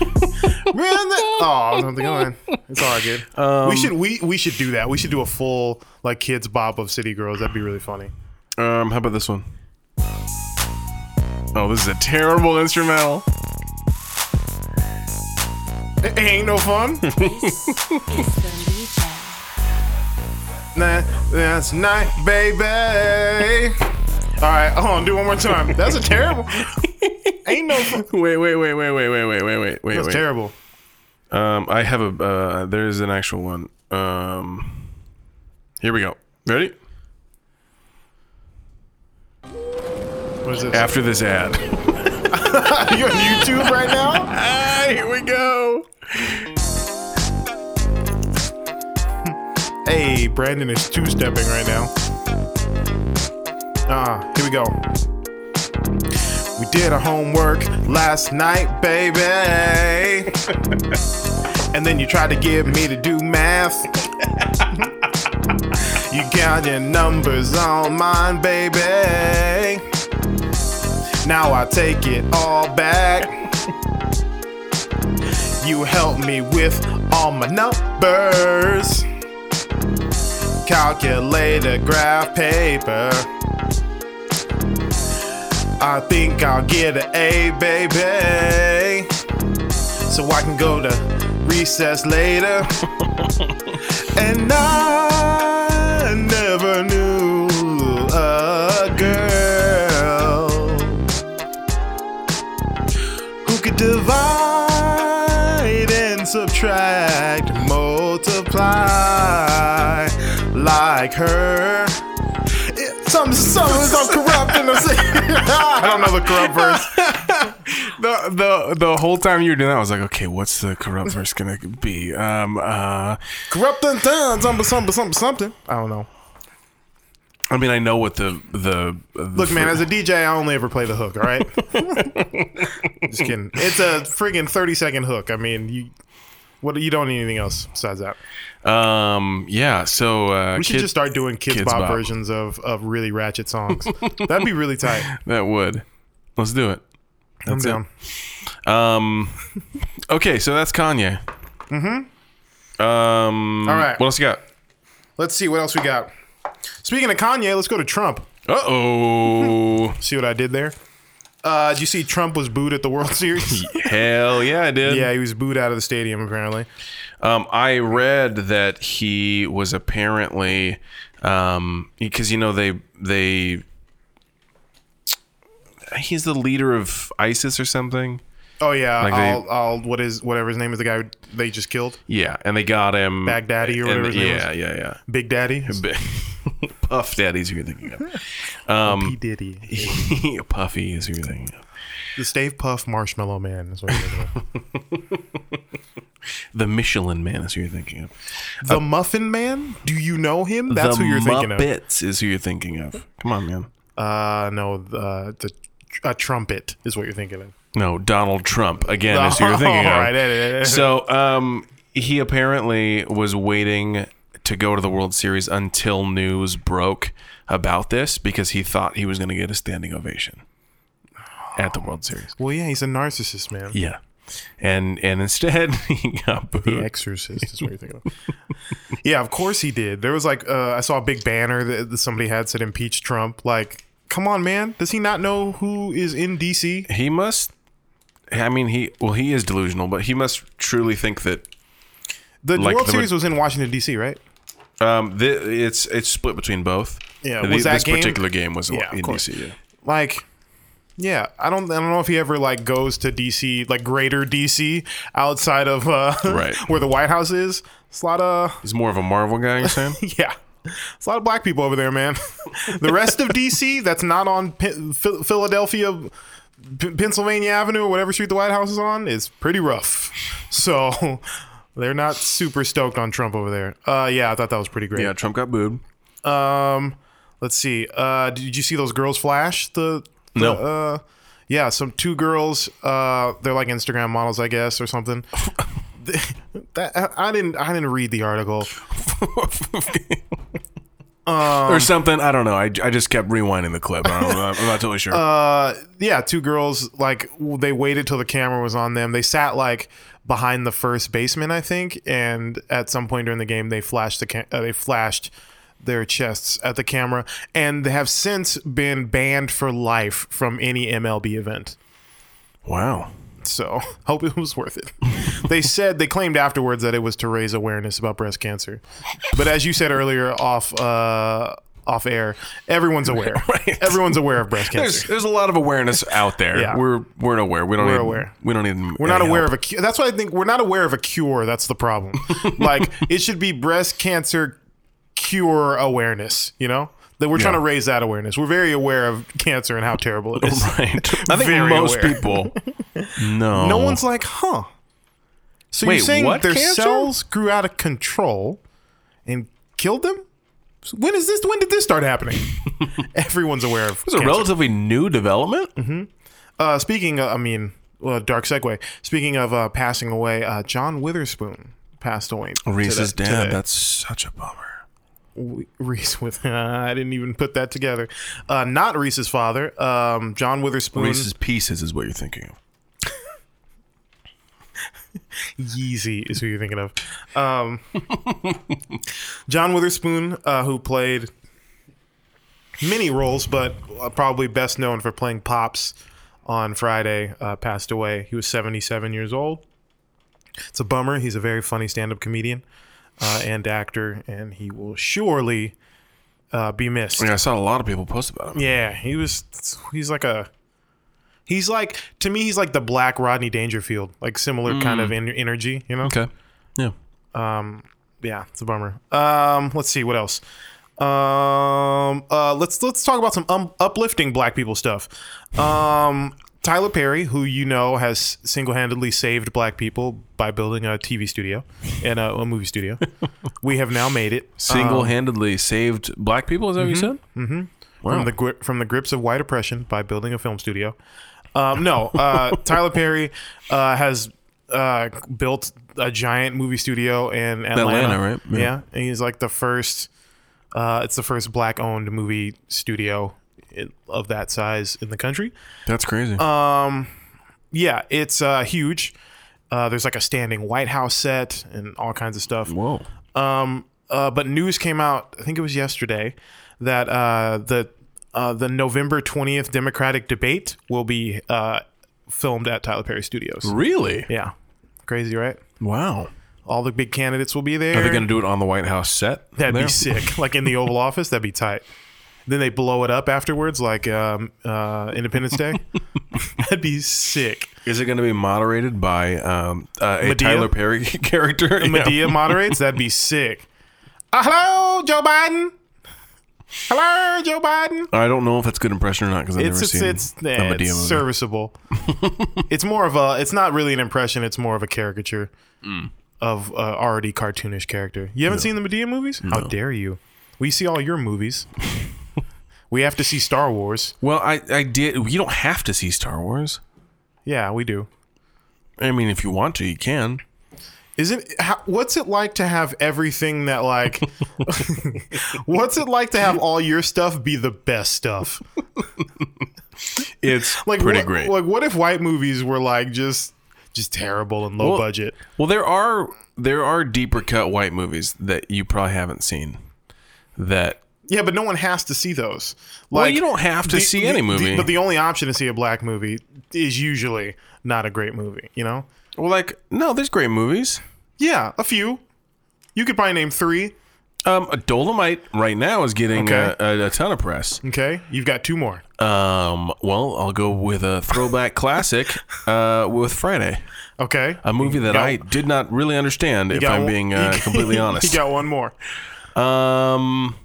Oh, something going. It's all good.
Um,
we should we we should do that. We should do a full like kids bop of City Girls. That'd be really funny.
Um, how about this one? Oh, this is a terrible instrumental.
It ain't no fun. nah, that's night, baby. All right, hold on, do one more time. That's a terrible. ain't no fun.
Wait, wait, wait, wait, wait, wait, wait, wait, wait, wait.
That's
wait.
terrible.
Um, I have a. Uh, there is an actual one. Um, here we go. Ready?
What is this?
After this ad.
You're on YouTube right now?
ah, here we go.
Hey, Brandon is two stepping right now. Ah, here we go. We did our homework last night, baby. and then you tried to get me to do math. you got your numbers on mine, baby. Now I take it all back. You helped me with all my numbers. Calculator, graph paper. I think I'll get an A, baby. So I can go to recess later. and I never knew a girl who could divide and subtract, multiply like her. It- Some some is all corrupt and I'm saying- I don't know the corrupt verse.
The, the the whole time you were doing that, I was like, okay, what's the corrupt verse gonna be? Um, uh,
Corrupt and done, something, something, something, something. I don't know.
I mean, I know what the the, the
Look, man, as a DJ, I only ever play the hook. All right. Just kidding. It's a friggin' thirty second hook. I mean, you what you don't need anything else besides that.
um, yeah. So uh,
We should
kid-
just start doing kids,
Kids
bop,
Bop.
versions of of really ratchet songs. That'd be really tight.
that would. Let's do it.
I'm
it.
down.
Um, okay, so that's Kanye. Mm-hmm. Um,
All right.
What else you got?
Let's see what else we got. Speaking of Kanye, let's go to Trump.
Uh oh.
See what I did there? Uh, did you see Trump was booed at the World Series?
Hell yeah, I did.
yeah, he was booed out of the stadium apparently.
Um, I read that he was apparently, um, because you know they they he's the leader of ISIS or something.
Oh yeah,
Like they-
I'll, I'll what is whatever his name is the guy they just killed,
Yeah, and they got him
Baghdadi or
And,
whatever his name
yeah, yeah, yeah,
Big Daddy,
Ba- Puff Daddy's who you're thinking of. Um,
P Diddy,
Puffy is who you're thinking of.
the Stave Puff Marshmallow Man is what you're thinking of.
The Michelin Man is who you're thinking of.
the Muffin Man. Do you know him? That's
the
who you're thinking of.
Muppets is who you're thinking of. Come on, man.
Uh, no, uh, the a trumpet is what you're thinking of.
No, Donald Trump again is who you're thinking of.
All right, eh, eh, eh.
So, um, he apparently was waiting to go to the World Series until news broke about this because he thought he was going to get a standing ovation at the World Series.
Well, yeah, he's a narcissist, man.
Yeah, and and instead he got
The
booed.
Exorcist is what you're thinking of. yeah, of course he did. There was like uh, I saw a big banner that, that somebody had said impeach Trump. Like, come on, man, does he not know who is in D.C.?
He must. I mean, he well, he is delusional, but he must truly think that
The
Like
World
the-
Series was in Washington D.C., right?
um, th- it's it's split between both.
Yeah,
The-
was that
this
game-
particular game was in-
Yeah, of
in
course.
DC. Yeah.
Like, yeah, I don't, I don't know if he ever like goes to D.C. like Greater D.C. outside of uh,
Right.
where the White House is. It's a lot of
He's more of a Marvel guy. You're saying?
Yeah. It's a lot of black people over there, man. the rest of DC that's not on P- Phil Philadelphia, P- Pennsylvania Avenue, or whatever street the White House is on, is pretty rough. So they're not super stoked on Trump over there. Uh, yeah, I thought that was pretty great.
yeah, Trump got booed.
Um, let's see. Uh, did you see those girls flash the? the,
No.
Uh, yeah, some two girls. Uh, they're like Instagram models, I guess, or something. that, I, I didn't. I didn't read the article. Um,
or something. I don't know. I, I just kept rewinding the clip. I don't, know. I'm not totally sure.
Uh, yeah, two girls like w- they waited till the camera was on them. They sat like behind the first baseman, I think, and at some point during the game, they flashed the ca- uh, they flashed their chests at the camera, and they have since been banned for life from any MLB event.
wow.
So hope it was worth it. they said they claimed afterwards that it was to raise awareness about breast cancer, but as you said earlier, off. Uh, off air, everyone's aware.
Right.
Everyone's aware of breast
There's
cancer.
there's a lot of awareness out there.
Yeah.
We're we're aware. We don't we're need,
aware.
We don't need.
We're not aware of a cure. That's why I think we're not aware of a cure. That's the problem. like it should be breast cancer cure awareness. You know that we're trying to
Yeah.
raise that awareness. We're very aware of cancer and how terrible it
Oh
is.
Right. I think
Very
most
aware.
people. No.
No one's like, huh? So
Wait,
you're saying
what
their
cancer?
cells grew out of control and killed them? So When is this? When did this start happening? Everyone's aware of.
It's a relatively new development.
Uh, speaking, of, I mean, uh, dark segue. Speaking of uh, passing away, uh, John Witherspoon passed away.
Reese's
today-
Oh, dad.
today.
That's such a bummer.
W- Reese with. I didn't even put that together. Uh, not Reese's father. Um, John Witherspoon.
Reese's pieces is what you're thinking of.
Yeezy is who you're thinking of. Um, John Witherspoon, uh, who played many roles, but uh, probably best known for playing Pops on Friday, uh, passed away. He was 77 years old. It's a bummer. He's a very funny stand up comedian uh, and actor, and he will surely uh, be missed.
Yeah, I saw a lot of people post about him.
Yeah, he was. He's like a. He's like to me. He's like the black Rodney Dangerfield, like similar kind of en- energy. You know.
Okay. Yeah.
Yeah, it's a bummer. Um, let's see what else. Um, uh, let's let's talk about some um, uplifting black people stuff. Um, Tyler Perry, who you know has single-handedly saved black people by building a TV studio and a, a movie studio. we have now made it
Single-handedly saved black people. Is that what you said?
Mm-hmm. from the gri- from the grips of white oppression by building a film studio. Um, no, uh, Tyler Perry uh, has uh, built a giant movie studio in Atlanta,
Atlanta, right?
Yeah.
Yeah.
and he's like the first. Uh, it's the first black-owned movie studio in, of that size in the country.
That's crazy.
Yeah, it's uh, huge. Uh, there's like a standing White House set and all kinds of stuff.
Whoa.
Um, uh, but news came out, I think it was yesterday, that uh, the uh, the November twentieth Democratic debate will be uh, filmed at Tyler Perry Studios.
Really?
Yeah, crazy, right?
Wow.
All the big candidates will be there.
Are they going to do it on the White House set?
That'd
there?
be sick. Like in the Oval Office, that'd be tight. Then they blow it up afterwards, like um, uh, Independence Day. That'd be sick.
Is it going to be moderated by um, uh, a
Medea?
Tyler Perry character? Yeah.
Medea moderates. That'd be sick. Uh, hello, Joe Biden. Hello, Joe Biden.
I don't know if that's a good impression or not because I've
It's
never
it's
seen
it's,
a
eh,
Medea
it's
movie.
serviceable. it's more of a. It's not really an impression. It's more of a caricature
Mm.
of uh, already cartoonish character. You haven't seen the Medea movies? How dare you? We see all your movies. we have to see Star Wars.
well, I, I did. You don't have to see Star Wars.
Yeah, we do.
I mean, if you want to, you can.
Isn't how, what's it like to have everything that like? what's it like to have all your stuff be the best stuff?
It's
Like
pretty
what-
great.
Like what if white movies were like just just terrible and low
Well-
budget?
Well, there are there are deeper cut white movies that you probably haven't seen. That
Yeah, but no one has to see those. Like
well, you don't have to
the-
see
the-
any
the-
movie.
but the only option to see a black movie is usually not a great movie. You know?
well, like no, there's great movies.
Yeah, a few. You could probably name three.
Um, Dolomite right now is getting
Okay.
a, a, a ton of press.
Okay, you've got two more.
Um, well, I'll go with a throwback classic uh, with Friday,
Okay,
a movie that
got-
I did not really understand, if
You got
I'm
one-
being uh,
you-
completely honest.
you got one more.
um,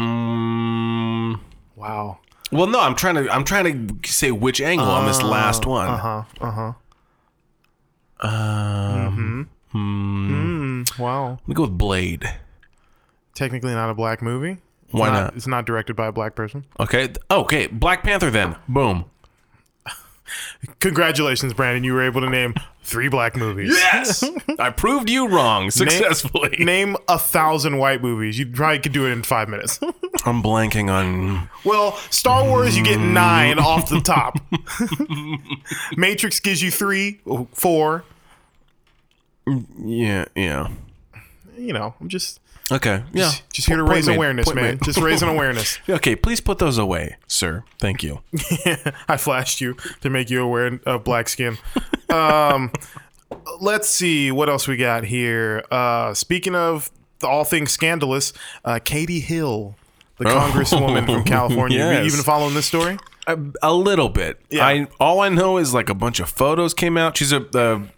mm,
Wow.
well, no, I'm trying to I'm trying to say which angle on this last one.
Uh huh. Uh huh.
hmm.
Um. Mm-hmm. Wow.
Let me go with Blade.
Technically not a black movie. It's
Why not?
It's not directed by a black person.
Okay. th- oh, Okay. Black Panther then. Boom.
Congratulations, Brandon. You were able to name three black movies.
Yes. I proved you wrong successfully.
Name a thousand white movies. You probably could do it in five minutes.
I'm blanking on.
well, Star Wars, you get nine off the top. Matrix gives you three, four.
Yeah. Yeah.
You know, I'm just
Okay. Yeah.
just here to raise
made.
awareness,
Point
man.
made.
Just raising awareness.
Okay. Please put those away, sir. Thank you.
I flashed you to make you aware of black skin. Um, let's see what else we got here. Uh, speaking of all things scandalous, uh, Katie Hill, the congresswoman from California. You-
Oh. yes.
You even following this story?
A, a little bit.
Uh, Yeah.
I all I know is like a bunch of photos came out. She's a,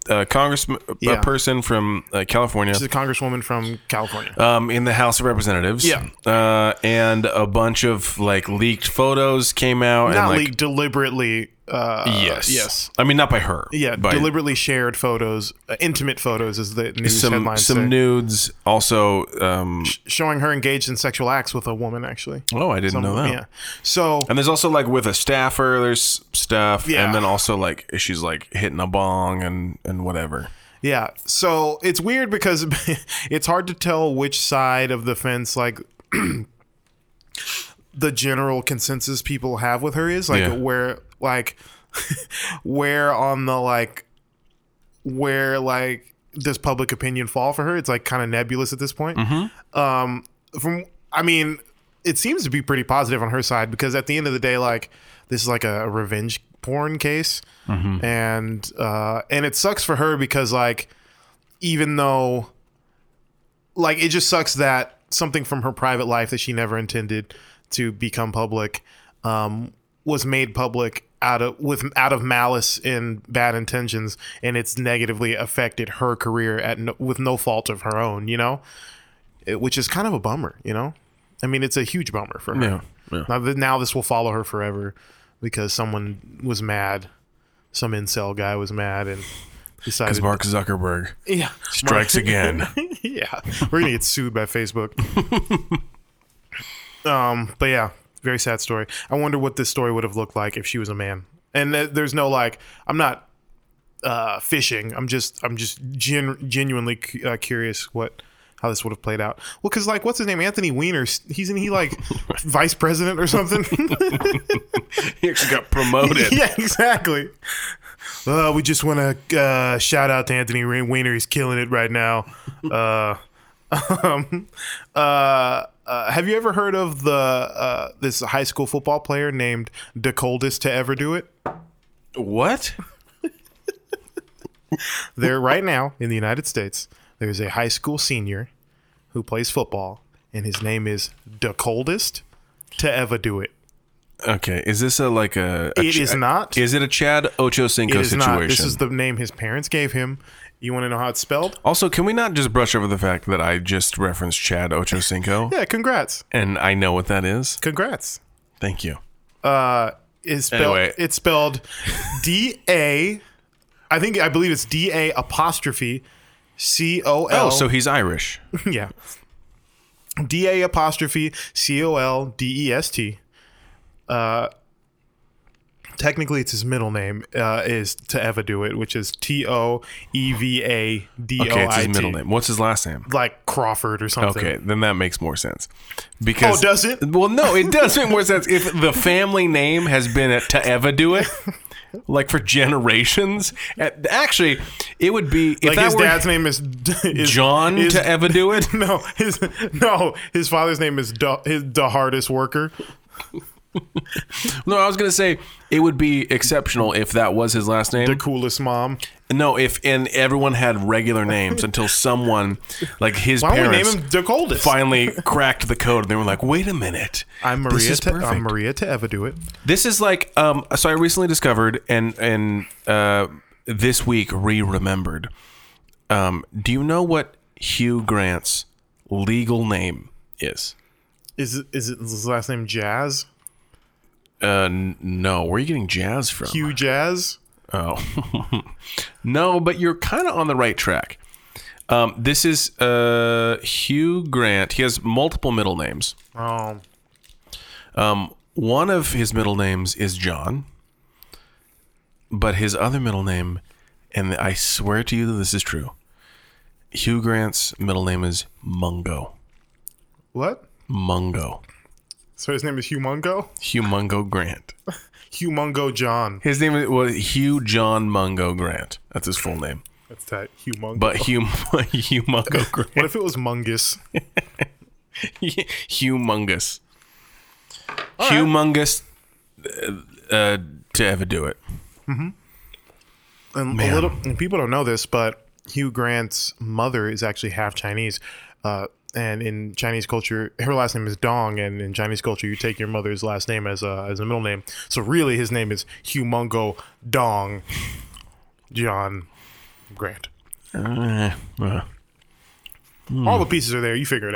a, a congressman, a
Yeah.
person from uh, California.
She's a congresswoman from California.
um, in the House of Representatives.
Yeah.
Uh, and a bunch of like leaked photos came out. and,
Not
like,
leaked deliberately. Uh,
Yes.
Yes.
I mean, not by her.
Yeah,
By
deliberately shared photos, uh, intimate photos, is the news
some
headlines
some
say.
nudes. Also, um,
showing her engaged in sexual acts with a woman. Actually, Um,
oh, I didn't know that.
yeah. So
And there's also like with a staffer. There's stuff.
Yeah.
And then also like she's like hitting a bong and and whatever.
Yeah. So it's weird because it's hard to tell which side of the fence like the general consensus people have with her is like
Yeah.
where like where on the like where like does public opinion fall for her? It's like kind of nebulous at this point. Um from I mean, it seems to be pretty positive on her side because at the end of the day like this is like a revenge porn case and uh, and it sucks for her because like even though like it just sucks that something from her private life that she never intended to become public um, was made public out of with out of malice and bad intentions and it's negatively affected her career at no, with no fault of her own you know It- which is kind of a bummer you know i mean it's a huge bummer for her
Yeah, yeah.
Now, th- now this will follow her forever because someone was mad some incel guy was mad and decided
Mark Zuckerberg
yeah
strikes again.
yeah, we're gonna get sued by Facebook. um, but yeah, very sad story. I wonder what this story would have looked like if she was a man. And th- there's no like, I'm not uh, fishing. I'm just, I'm just gen- genuinely cu- uh, curious what how this would have played out. Well, because like, what's his name? Anthony Weiner. s- He's in he like vice president or something.
he actually got promoted.
yeah, exactly. Uh, we just want to uh, shout out to Anthony Weiner. He's killing it right now. Uh, um, uh, uh, have you ever heard of the uh, this high school football player named the coldest to ever do it?
What?
There right now in the United States, there's a high school senior who plays football and his name is the coldest to ever do it.
Okay, is this a like a? a
It is not.
Is it a Chad Ochocinco
It is
situation?
not. This is the name his parents gave him. You want to know how it's spelled?
also, can we not just brush over the fact that I just referenced Chad Ochocinco
Yeah, congrats,
and I know what that is?
congrats.
Thank you.
Is spelled.
Anyway.
It's spelled D A. I think I believe it's D A apostrophe C O L.
Oh, so he's Irish.
yeah. D A apostrophe C O L D E S T. Uh, technically, it's his middle name uh, is to ever do it, which is T O E V A D O I T.
Okay, it's his middle name. What's his last name?
Like Crawford or something.
Okay, then that makes more sense. Because
Oh, does it?
Well, no, it does make more sense if the family name has been at to ever do it, like for generations. At- Actually, it would be if
Like
that
his
were
dad's name is, is
John
is-
to ever do it.
No, his no, his father's name is da, his, the hardest worker.
No, I was gonna say it would be exceptional if that was his last name.
The coolest mom.
no, if and everyone had regular names until someone like his
Why don't we
parents
name him the coldest?
finally cracked the code and they were like, "Wait a minute,
I'm
this
Maria.
is
To,
perfect."
I'm Maria to ever do it.
This is like um so I recently discovered and and uh this week re-remembered. Um do you know what Hugh Grant's legal name is?
Is it, is it his last name Jazz?
Uh n- no, where are you getting jazz from?
Hugh Jazz?
Oh. no, but you're kind of on the right track. Um this is uh Hugh Grant. He has multiple middle names.
Oh,
One of his middle names is John, but his other middle name, and I swear to you that this is true, Hugh Grant's middle name is Mungo.
what?
Mungo.
So his name is Hugh Mungo?
Hugh Mungo Grant.
Hugh Mungo John.
His name was Hugh John Mungo Grant. That's his full name.
That's tight. Hugh Mungo.
But Hugh, Hugh Mungo
what
Grant.
if it was Mungus?
Humongous. Humongous uh, uh, to ever do it.
And Um, a
Man.
little and people don't know this, but Hugh Grant's mother is actually half Chinese. Uh, and in Chinese culture, her last name is Dong, and in Chinese culture, you take your mother's last name as a as a middle name. So really, his name is Hugh Mungo Dong John Grant.
Uh, uh.
All the pieces are there. You figure it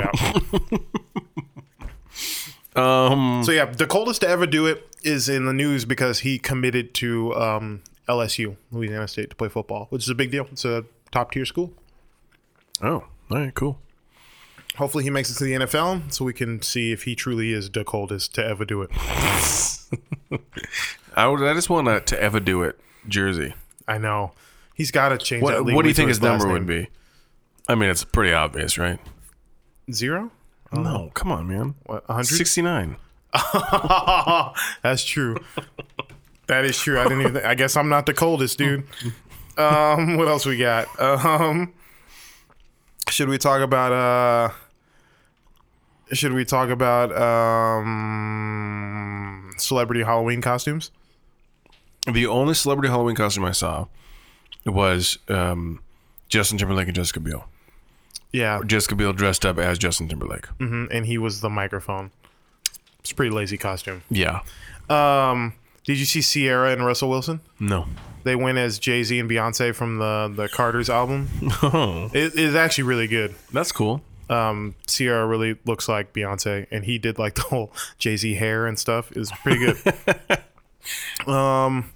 out. um. So yeah, the coldest to ever do it is in the news because he committed to um, LSU, Louisiana State, to play football, which is a big deal. It's a top tier school.
Oh, all right, cool.
Hopefully, he makes it to the NFL so we can see if he truly is the coldest to ever do it.
I, would, I just want a, to ever do it jersey.
I know he's got to change.
What,
that
what do
legally
you
to
think his
last
number would
name.
be? I mean, it's pretty obvious, right?
Zero.
No, come on, man.
Oh. What? A hundred.
69.
That's true. that is true. I didn't even. I guess I'm not the coldest, dude. Um, what else we got? Um, should we talk about? Uh, should we talk about um, celebrity Halloween costumes?
The only celebrity Halloween costume I saw was um, Justin Timberlake and Jessica Biel.
Yeah,
Jessica Biel dressed up as Justin Timberlake.
mhm, and he was the microphone. It's a pretty lazy costume.
Yeah.
Um, did you see Sierra and Russell Wilson?
No.
They went as Jay Z and Beyonce from the the Carter's album.
Oh,
It is actually really good.
that's cool.
um, Sierra really looks like Beyonce, and he did like the whole Jay Z hair and stuff. It was pretty good. um,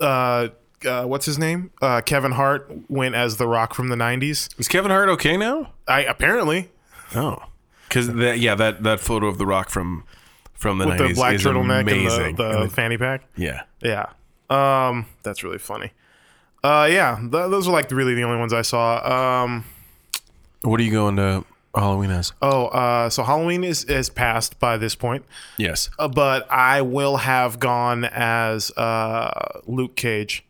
uh, uh, what's his name? Uh, Kevin Hart went as The Rock from the '90s.
Is Kevin Hart okay now?
I apparently
Oh. Because, that, yeah, that, that photo of The Rock from from the
with
90s
the black
is
turtleneck
amazing.
and the, the fanny pack.
yeah.
Yeah, um, that's really funny. Uh, yeah, th- those are like really the only ones I saw. Um,
What are you going to Halloween as?
oh, uh, so Halloween is is passed by this point.
Yes.
Uh, but I will have gone as uh, Luke Cage,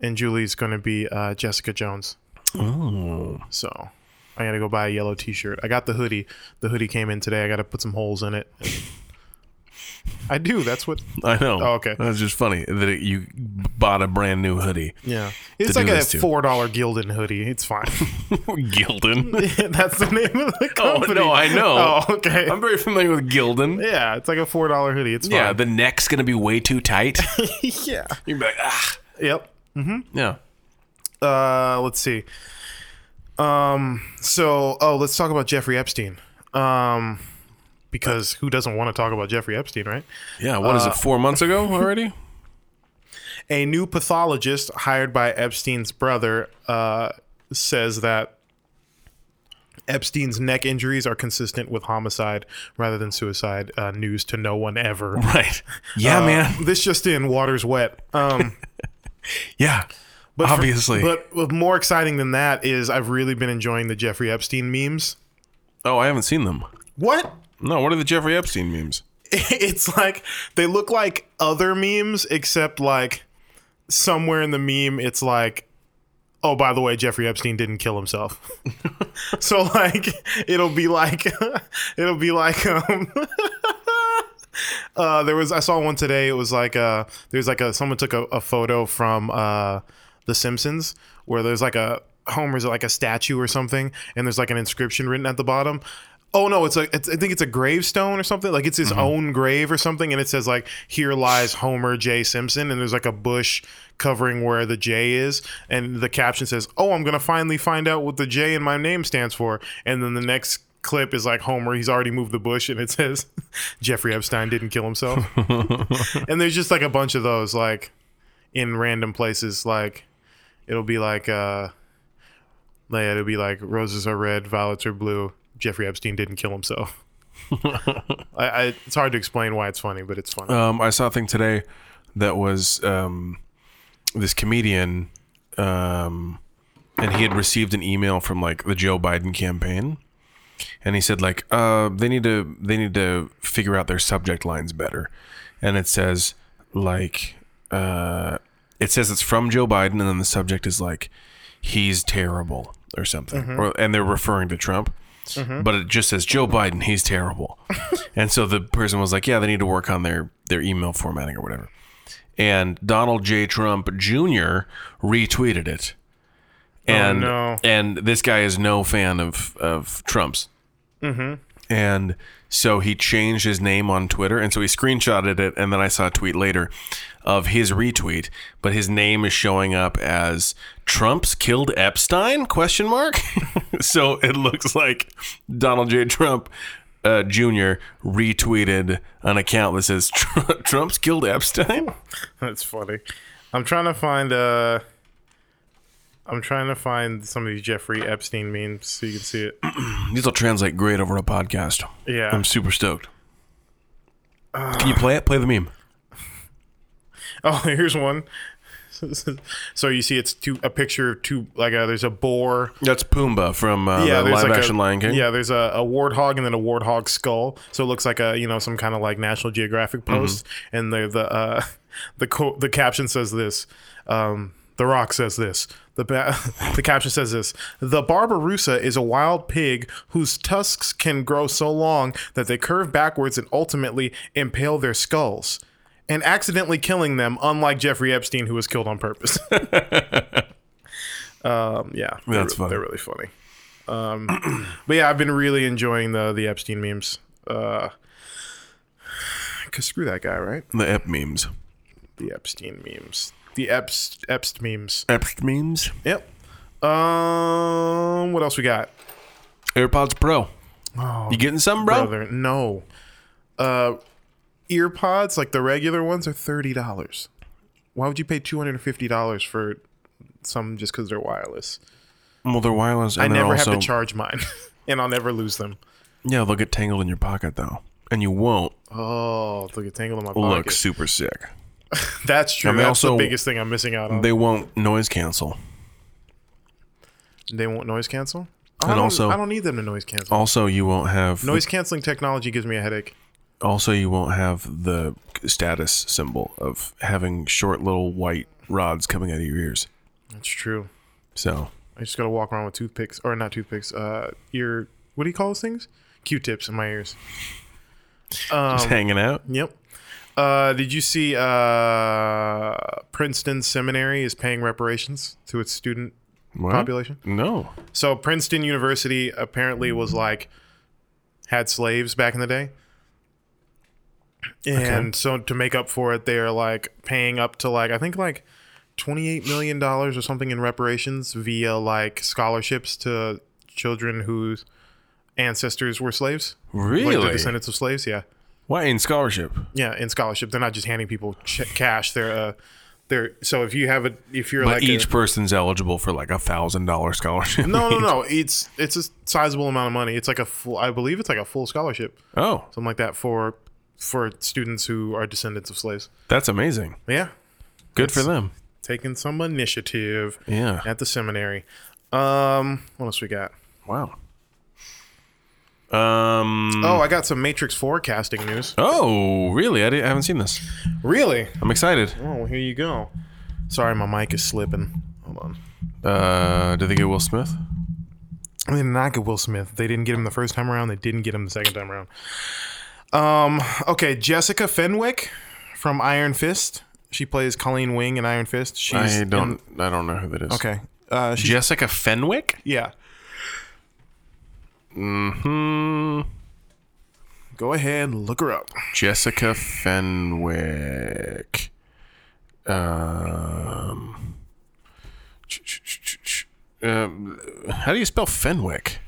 and Julie's going to be uh, Jessica Jones.
Oh.
So I got to go buy a yellow T-shirt. I got the hoodie. The hoodie came in today. I got to put some holes in it. I do. That's what.
I know.
Oh, okay.
That's just funny that it, you bought a brand new hoodie.
Yeah,
To
it's
do
like a
this to.
four dollar Gildan hoodie. It's fine.
Gildan.
That's the name of the
Oh,
company.
no, I know.
Oh, okay.
I'm very familiar with Gildan.
yeah, it's like a four dollar hoodie. It's
Yeah,
fine.
the neck's gonna be way too tight.
yeah.
You're like, ah,
Yep.
yeah.
Uh, let's see. Um. So, oh, let's talk about Jeffrey Epstein. Um, because who doesn't want to talk about Jeffrey Epstein, right?
Yeah, What is
Uh,
it, four months ago already?
A new pathologist hired by Epstein's brother uh, says that Epstein's neck injuries are consistent with homicide rather than suicide. Uh, news to no one ever.
right. Yeah,
Uh,
man.
This just in, water's wet. Um,
Yeah.
but for-
Obviously.
but but more exciting than that is I've really been enjoying the Jeffrey Epstein memes.
oh, I haven't seen them.
What?
No, what are the Jeffrey Epstein memes?
it's like they look like other memes except like somewhere in the meme it's like oh by the way jeffrey epstein didn't kill himself so like it'll be like it'll be like um uh there was i saw one today it was like uh there's like a someone took a, a photo from uh the simpsons where there's like a homer's like a statue or something and there's like an inscription written at the bottom oh no it's a it's, i think it's a gravestone or something like it's his own grave or something and it says like here lies homer j simpson and there's like a bush covering where the j is and the caption says oh i'm gonna finally find out what the j in my name stands for and then the next clip is like homer he's already moved the bush and it says jeffrey epstein didn't kill himself and there's just like a bunch of those like in random places like it'll be like uh like it'll be like roses are red violets are blue jeffrey epstein didn't kill himself I, I it's hard to explain why it's funny but it's funny
Um, I saw a thing today that was um, this comedian, um, and he had received an email from like the Joe Biden campaign, and he said like uh, they need to they need to figure out their subject lines better, and it says like uh, it says it's from Joe Biden, and then the subject is like he's terrible or something, or, and they're referring to Trump. But it just says Joe Biden, he's terrible. and so the person was like, yeah, they need to work on their their email formatting or whatever. And Donald J. Trump Jr. retweeted it. And
no.
and this guy is no fan of of Trump's. And so he changed his name on Twitter. And so he screenshotted it. And then I saw a tweet later of his retweet, but his name is showing up as Trump's killed Epstein question mark. so it looks like Donald J. Trump uh, Jr. retweeted an account that says "Tr- Trump's killed Epstein.
that's funny i'm trying to find uh i'm trying to find some of these jeffrey epstein memes so you can see it
These will translate great over a podcast.
yeah Uh.
I'm super stoked. Can you play it? Play the meme.
Oh, here's one. so you see, it's two a picture of two like a, there's a boar.
That's Pumbaa from uh, the
there's
live
like
action
a,
Lion King.
Yeah, there's a, a warthog and then a warthog skull. So it looks like a you know some kind of like National Geographic
Mm-hmm.
post. And the the uh, the co- the caption says this. Um, the Rock says this. The ba- the caption says this. The Barbarossa is a wild pig whose tusks can grow so long that they curve backwards and ultimately impale their skulls. And accidentally killing them, unlike Jeffrey Epstein, who was killed on purpose. um, yeah, they're-
That's funny.
They're really funny. Um, But yeah, I've been really enjoying the the Epstein memes. Uh, cause screw that guy, right?
The Ep memes.
The Epstein memes, the Epst Epst memes.
Ep memes.
Yep. Um, what else we got,
AirPods Pro. you getting some, bro?
Oh, brother? No. Uh, ear pods like the regular ones are thirty dollars. Why would you pay two hundred and fifty dollars for some just because they're wireless?
Well, they're wireless. And
I
they're
never
also,
have to charge mine, and I'll never lose them.
Yeah, they'll get tangled in your pocket though, and you won't
Oh, look, it tangled in my
look
pocket.
super sick.
That's true.
And they
That's the
also-
biggest thing I'm missing out on.
They won't noise cancel.
They won't noise cancel. Oh, I
And
don't-
also- Oh.
I don't need them to noise cancel.
Also, you won't have
noise canceling technology gives me a headache.
Also, you won't have the status symbol of having short little white rods coming out of your ears.
That's true.
So
I just gotta walk around with toothpicks or not toothpicks. Uh, ear. What do you call those things? Q-tips in my ears.
just hanging out.
Yep. Uh, did you see uh, Princeton Seminary is paying reparations to its student
What?
population?
No.
So Princeton University apparently was like had slaves back in the day. And so to make up for it, they are like paying up to like I think like twenty-eight million dollars or something in reparations via like scholarships to children whose ancestors were slaves, like the
Really?
descendants of slaves. Yeah,
Why in scholarship?
yeah, in scholarship, they're not just handing people ch- cash. They're uh, they're so if you have a if you're
But
like
each
a,
person's eligible for like a thousand dollar scholarship.
no no no it's it's a sizable amount of money. It's like a full I believe it's like a full scholarship.
Oh,
something like that for for students who are descendants of slaves.
that's amazing.
Yeah,
Good for them.
taking some initiative
Yeah.
at the seminary. Um, what else we got?
Wow. Um.
Oh, I got some Matrix forecasting news.
Oh, really? I, di- I haven't seen this.
Really?
I'm excited.
Oh, here you go. Sorry, my mic is slipping. Hold on.
Uh, did they get Will Smith?
They did not get Will Smith. They didn't get him the first time around. They didn't get him the second time around. Um, okay, Jessica Fenwick from Iron Fist. She plays Colleen Wing in Iron Fist. She's
I
in-
don't. I don't know who that is.
okay. Uh, she,
Jessica Fenwick.
yeah.
Hmm.
Go ahead, look her up.
Jessica Fenwick. Um, ch- ch- ch- ch- ch- um, how do you spell Fenwick?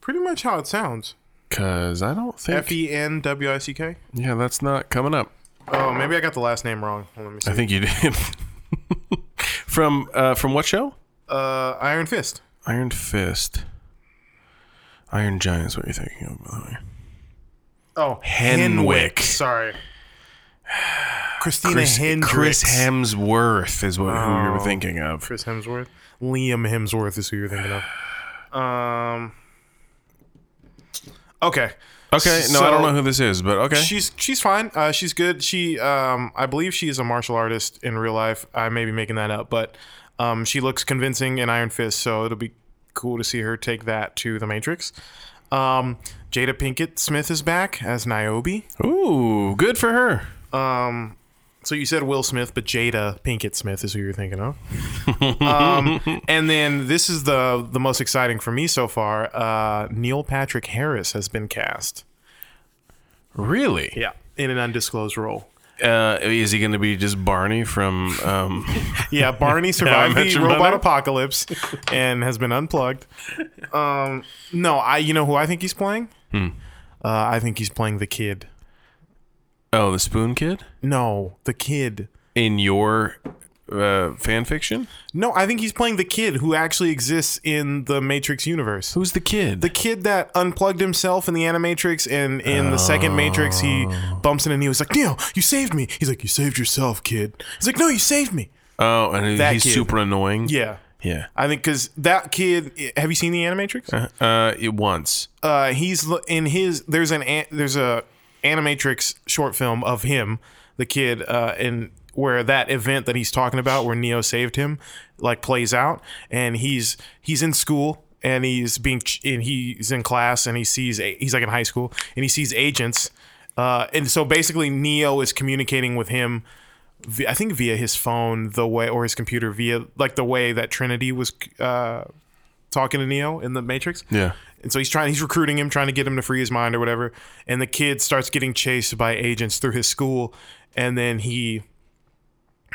Pretty much how it sounds.
Cause I don't think.
F E N W I C K.
yeah, that's not coming up.
Oh, maybe I got the last name wrong. Hold on, let me see.
I think you did. from uh, from what show?
uh, Iron Fist.
Iron Fist. Iron Giant's what you're thinking of, by the way.
Oh,
Henwick.
Sorry, Christina
Chris,
Hendricks.
Chris Hemsworth is what who you were thinking of.
Oh. Chris Hemsworth. Liam Hemsworth is who you're thinking of. Um. Okay,
Okay, no, I
So-
don't know who this is, but okay.
she's she's fine. Uh, she's good. She um, I believe she is a martial artist in real life. I may be making that up, but um, she looks convincing in Iron Fist, so it'll be cool to see her take that to the Matrix. Um, Jada Pinkett Smith is back as Niobe.
Ooh, good for her.
So you said Will Smith, but Jada Pinkett Smith is who you're thinking of. um, and then this is the the most exciting for me so far. Uh, Neil Patrick Harris has been cast.
Really?
Yeah, in an undisclosed role.
Uh, is he going to be just Barney from? Um,
Yeah, Barney survived
Met
the
Your
robot
Mother.
apocalypse and has been unplugged. Um, no, I you know who I think he's playing?
Hmm.
Uh, I think he's playing the kid.
oh, the Spoon Kid
No, the kid.
in your uh, fan fiction?
No, I think he's playing the kid who actually exists in the Matrix universe.
Who's the kid?
The kid that unplugged himself in the Animatrix, and in the second Matrix, he bumps in and he was like, "Neil, you saved me." He's like, "You saved yourself, kid." He's like, "No, you saved me."
oh, and
that
he's
kid.
super annoying.
Yeah,
yeah.
I think because that kid. eh, Have you seen the Animatrix?
Uh, it once.
uh, he's l- in his there's an, an there's a animatrix short film of him the kid uh, and where that event that he's talking about where neo saved him like plays out and he's he's in school and he's being ch- and he's in class and he sees a- he's like in high school and he sees agents uh, and so basically neo is communicating with him vi- I think via his phone, the way or his computer, via like the way that Trinity was uh, talking to Neo in the Matrix.
Yeah.
And so he's trying, he's recruiting him, trying to get him to free his mind or whatever. And the kid starts getting chased by agents through his school. And then he,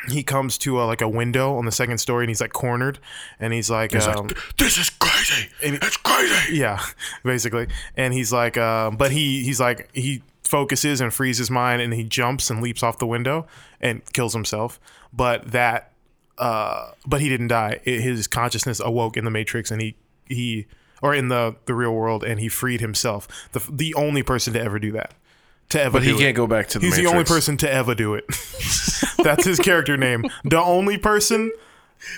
he comes to uh like a window on the second story and he's like cornered and he's like, um,
This is crazy. It's crazy.
yeah, basically. And he's like, uh, but he, he's like, he focuses and frees his mind and he jumps and leaps off the window and kills himself. But that, uh, but he didn't die. It, his consciousness awoke in the Matrix and he, he, or in the, the real world and he freed himself. The, the only person to ever do that. To ever
But he
do
can't
it.
go back to the.
He's the only
Matrix.
person to ever do it. That's his character name. The only person,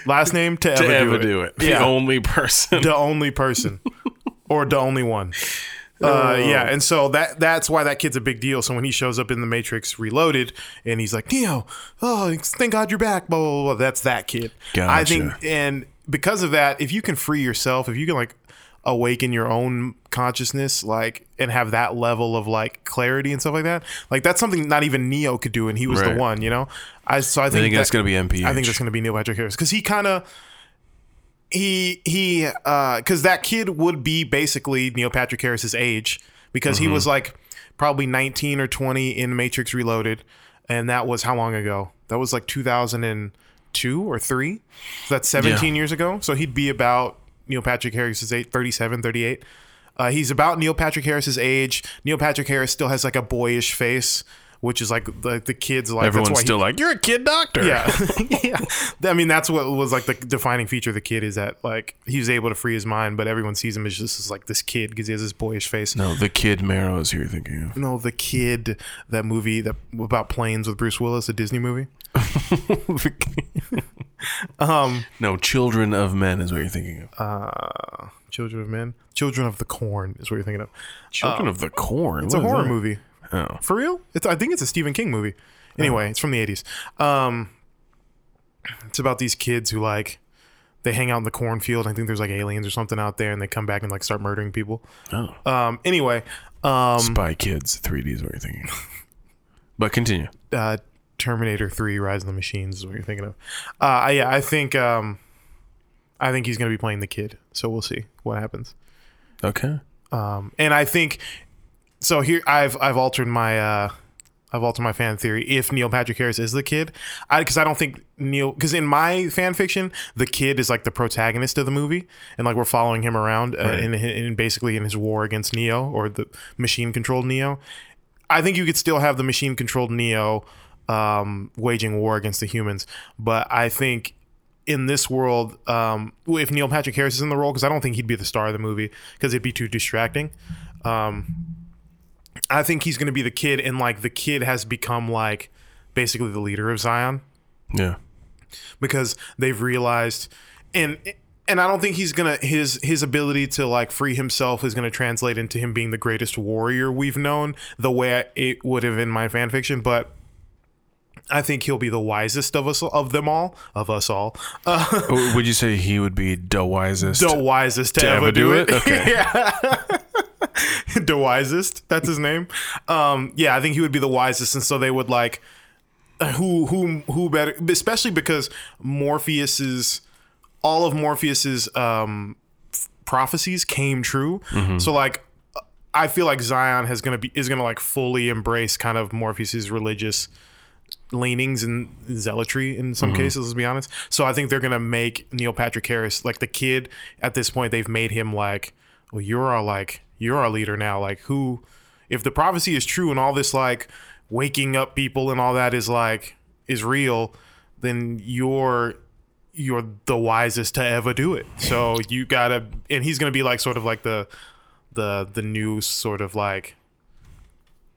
last name to ever,
to ever
do it
do it.
Yeah.
The only person.
the only person or the only one.
Oh.
Uh, yeah, and so that that's why that kid's a big deal. So when he shows up in the Matrix Reloaded, and he's like, "Neo, oh, thank God you're back," blah blah blah. That's that kid. I
Gotcha.
think, and because of that, if you can free yourself, if you can like awaken your own consciousness like and have that level of like clarity and stuff like that like that's something not even neo could do and he was
Right.
the one you know i so i think,
think
that-
that's gonna be MPH.
i think that's going to be neil patrick harris because he kind of he he uh because that kid would be basically neil patrick harris's age because he was like probably 19 or 20 in matrix reloaded and that was how long ago that was like 2002 or 3 so that's 17 years ago so he'd be about neil patrick harris's age 37 38 uh, he's about Neil Patrick Harris's age. Neil Patrick Harris still has like a boyish face, which is like the, the kids like.
Everyone's
that's why he-
still like, you're a kid doctor.
yeah. yeah. I mean, that's what was like the defining feature of the kid is that like he was able to free his mind, but everyone sees him as just as like this kid because he has this boyish face.
No, the kid Marrow is who you're thinking of.
No, the kid, that movie that about planes with Bruce Willis, a Disney movie. Um,
no, Children of Men is what you're thinking
Oh.
of.
Children of Men, Children of the Corn is what you're thinking of.
Children of the Corn.
It's a horror movie.
Oh.
For real? It's I think it's a Stephen King movie. Anyway, it's from the 80s. Um it's about these kids who like they hang out in the cornfield. I think there's like aliens or something out there and they come back and like start murdering people.
Oh.
Um anyway, um
Spy Kids 3D is what you're thinking of. But continue.
uh, Terminator Three: Rise of the Machines is what you're thinking of. Uh, I- yeah, I think um, I think he's going to be playing the kid, so we'll see what happens.
Okay.
Um, and I think so. Here, I've I've altered my uh, I've altered my fan theory. If Neil Patrick Harris is the kid, I because I don't think Neil because in my fan fiction, the kid is like the protagonist of the movie, and like we're following him around uh, in, in basically in his war against Neo or the machine controlled Neo. I think you could still have the machine controlled Neo um, waging war against the humans, but I think in this world, um, if Neil Patrick Harris is in the role, because I don't think he'd be the star of the movie because it'd be too distracting. Um, I think he's going to be the kid, and like the kid has become like basically the leader of Zion
Yeah.
because they've realized and and I don't think he's gonna his his ability to like free himself is gonna translate into him being the greatest warrior we've known the way I, it would have in my fan fiction, but I think he'll be the wisest of us of them all of us all, uh,
Oh, Would you say he would be the wisest?
the wisest to, ever, do it.
Okay.
yeah. the wisest. That's his name. Um, yeah, I think he would be the wisest, and so they would like uh, who who who better, especially because Morpheus's all of Morpheus's um, f- prophecies came true. So like. uh, I feel like Zion has gonna be is gonna like fully embrace kind of Morpheus's religious leanings and zealotry in some cases. Let's be honest. So I think they're gonna make Neil Patrick Harris like the kid. At this point, they've made him like, well, you're our like you're our leader now. Like who, if the prophecy is true and all this like waking up people and all that is like is real, then you're you're the wisest to ever do it. So you gotta, and he's gonna be like sort of like the the the new sort of like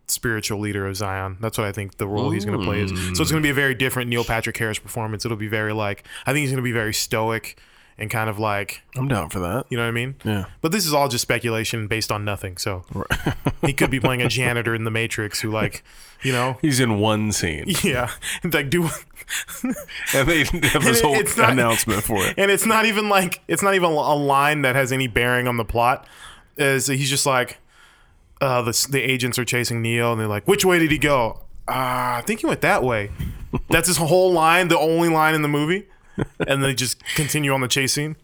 spiritual leader of Zion. That's what I think the role he's going to play is. So it's going to be a very different Neil Patrick Harris performance. It'll be very like I think he's going to be very stoic and kind of like
I'm down for that.
you know what I mean.
Yeah.
But this is all just speculation based on nothing. So he could be playing a janitor in the Matrix who like you know
He's in one scene.
yeah like do
And they have this
it-
whole
it's not-
announcement for it.
and it's not even like it's not even a line that has any bearing on the plot. Is he's just like uh, the the agents are chasing Neo, and they're like, "Which way did he go?" Ah, I think he went that way. That's his whole line, the only line in the movie, and they just continue on the chase scene.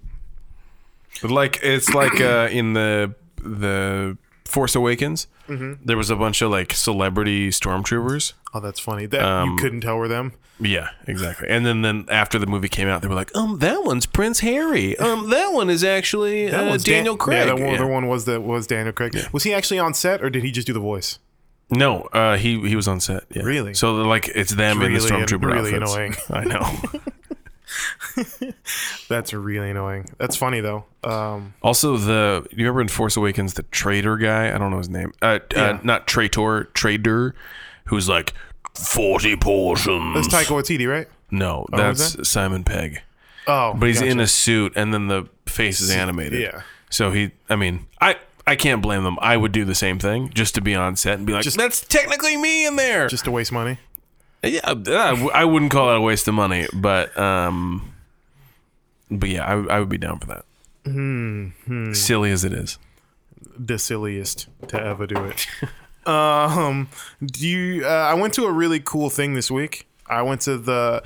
Like it's like uh, in the the Force Awakens,
Mm-hmm.
there was a bunch of like celebrity stormtroopers.
Oh, that's funny. That
Um,
you couldn't tell were them.
Yeah, exactly. And then then after the movie came out, they were like, um, that one's Prince Harry. Um, that one is actually uh,
one's Dan-
Daniel Craig.
Yeah, the one,
Yeah.
the one was that was Daniel Craig. Was he actually on set, or did he just do the voice?
No, uh, he he was on set. Yeah.
Really?
So like it's them in the
Really-
stormtrooper
really
outfits.
annoying.
I know.
That's really annoying. That's funny though. Um,
Also, the you remember in Force Awakens the traitor guy? I don't know his name. Uh, uh, not traitor, trader, who's like forty portions.
it's Taika Waititi, right?
no,
was
that's Simon Pegg.
Oh,
But he's in a suit, and then the face is animated.
Yeah.
So he, I mean, I I can't blame them. I would do the same thing just to be on set and be like, that's technically me in there.
just to waste money.
yeah, I, I w- I wouldn't call that a waste of money, but um, but yeah, I, I would be down for that.
Hmm,
Silly as it is.
the silliest to ever do it. um, do you? Uh, I went to a really cool thing this week. I went to the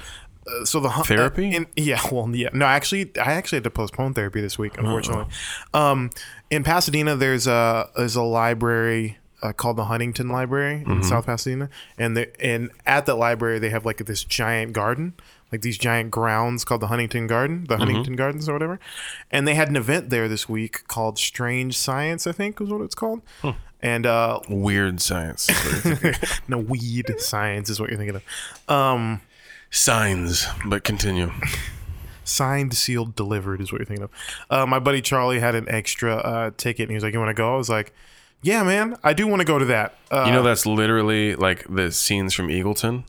uh, so the hu-
Therapy?
uh, in, yeah, well, yeah. No, actually, I actually had to postpone therapy this week, unfortunately. Um, in Pasadena, there's a there's a library. Uh, called the Huntington Library in South Pasadena, and the and at that library they have like this giant garden, like these giant grounds called the Huntington Garden, the Huntington Gardens or whatever, and they had an event there this week called Strange Science, I think is what it's called, and uh,
Weird science.
no weed science is what you're thinking of. Um,
Signs, but continue.
signed, sealed, delivered is what you're thinking of. Uh, my buddy Charlie had an extra uh, ticket, and he was like, "You want to go?" I was like, "Yeah, man, I do want to go to that." Uh,
You know that's literally like the scenes from Eagleton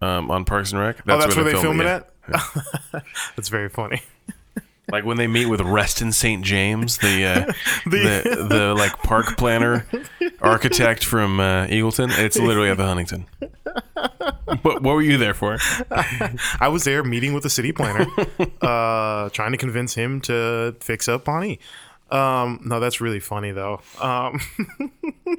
um, on Parks and Rec.
oh, that's where, they film it
yeah.
at. that's very funny.
Like when they meet with Reston St. James, the uh, the, the like park planner architect from uh, Eagleton. It's literally at the Huntington. What, what were you there for?
I was there meeting with the city planner, uh, trying to convince him to fix up Pawnee. Um, no, that's really funny though. Um, you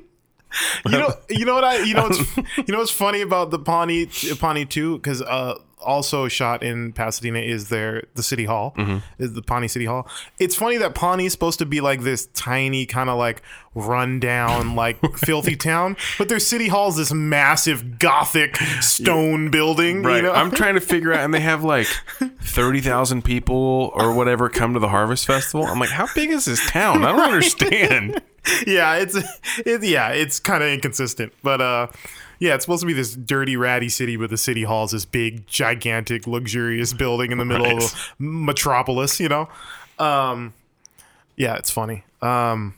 know, you know what I, you know, what's, you know what's funny about the Pawnee Pawnee too, because uh, also shot in Pasadena is their the city hall, is the Pawnee City Hall. It's funny that Pawnee is supposed to be like this tiny kind of like rundown, like filthy town, but their city hall is this massive gothic stone building.
Right.
You know?
I'm trying to figure out, and they have like 30,000 people or whatever come to the Harvest Festival. I'm like, how big is this town? I don't understand.
yeah, it's it, yeah, it's kind of inconsistent, but uh, yeah, it's supposed to be this dirty, ratty city, but the city hall is this big, gigantic, luxurious building in the middle of
Nice.
a metropolis. You know, um, yeah, it's funny. Um,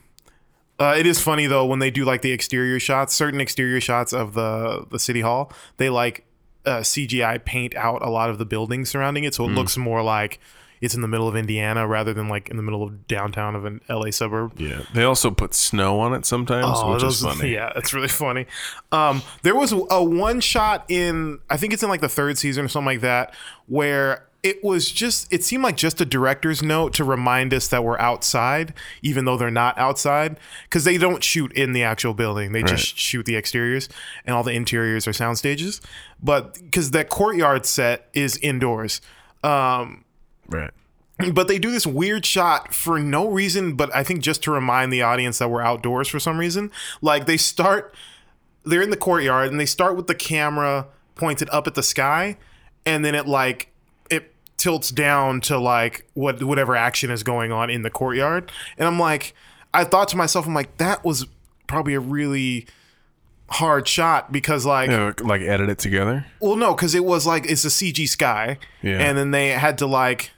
uh, it is funny though when they do like the exterior shots, certain exterior shots of the the city hall, they like uh, CGI paint out a lot of the buildings surrounding it, so it looks more like. It's in the middle of Indiana rather than like in the middle of downtown of an LA suburb.
Yeah. They also put snow on it sometimes, which is
Oh, those-
funny.
Yeah, it's really funny. Um, there was a one shot in, I think it's in like the third season or something like that, where it was just, it seemed like just a director's note to remind us that we're outside, even though they're not outside, because they don't shoot in the actual building. They just shoot the exteriors, and all the interiors are sound stages. But because that courtyard set is indoors. Um,
Right.
but they do this weird shot for no reason but i think just to remind the audience that we're outdoors for some reason like they start they're in the courtyard and they start with the camera pointed up at the sky and then it like it tilts down to like what whatever action is going on in the courtyard and i'm like i thought to myself i'm like that was probably a really hard shot because like
Yeah, like edit it together.
well, no, because it was like it's a CG sky,
Yeah.
and then they had to like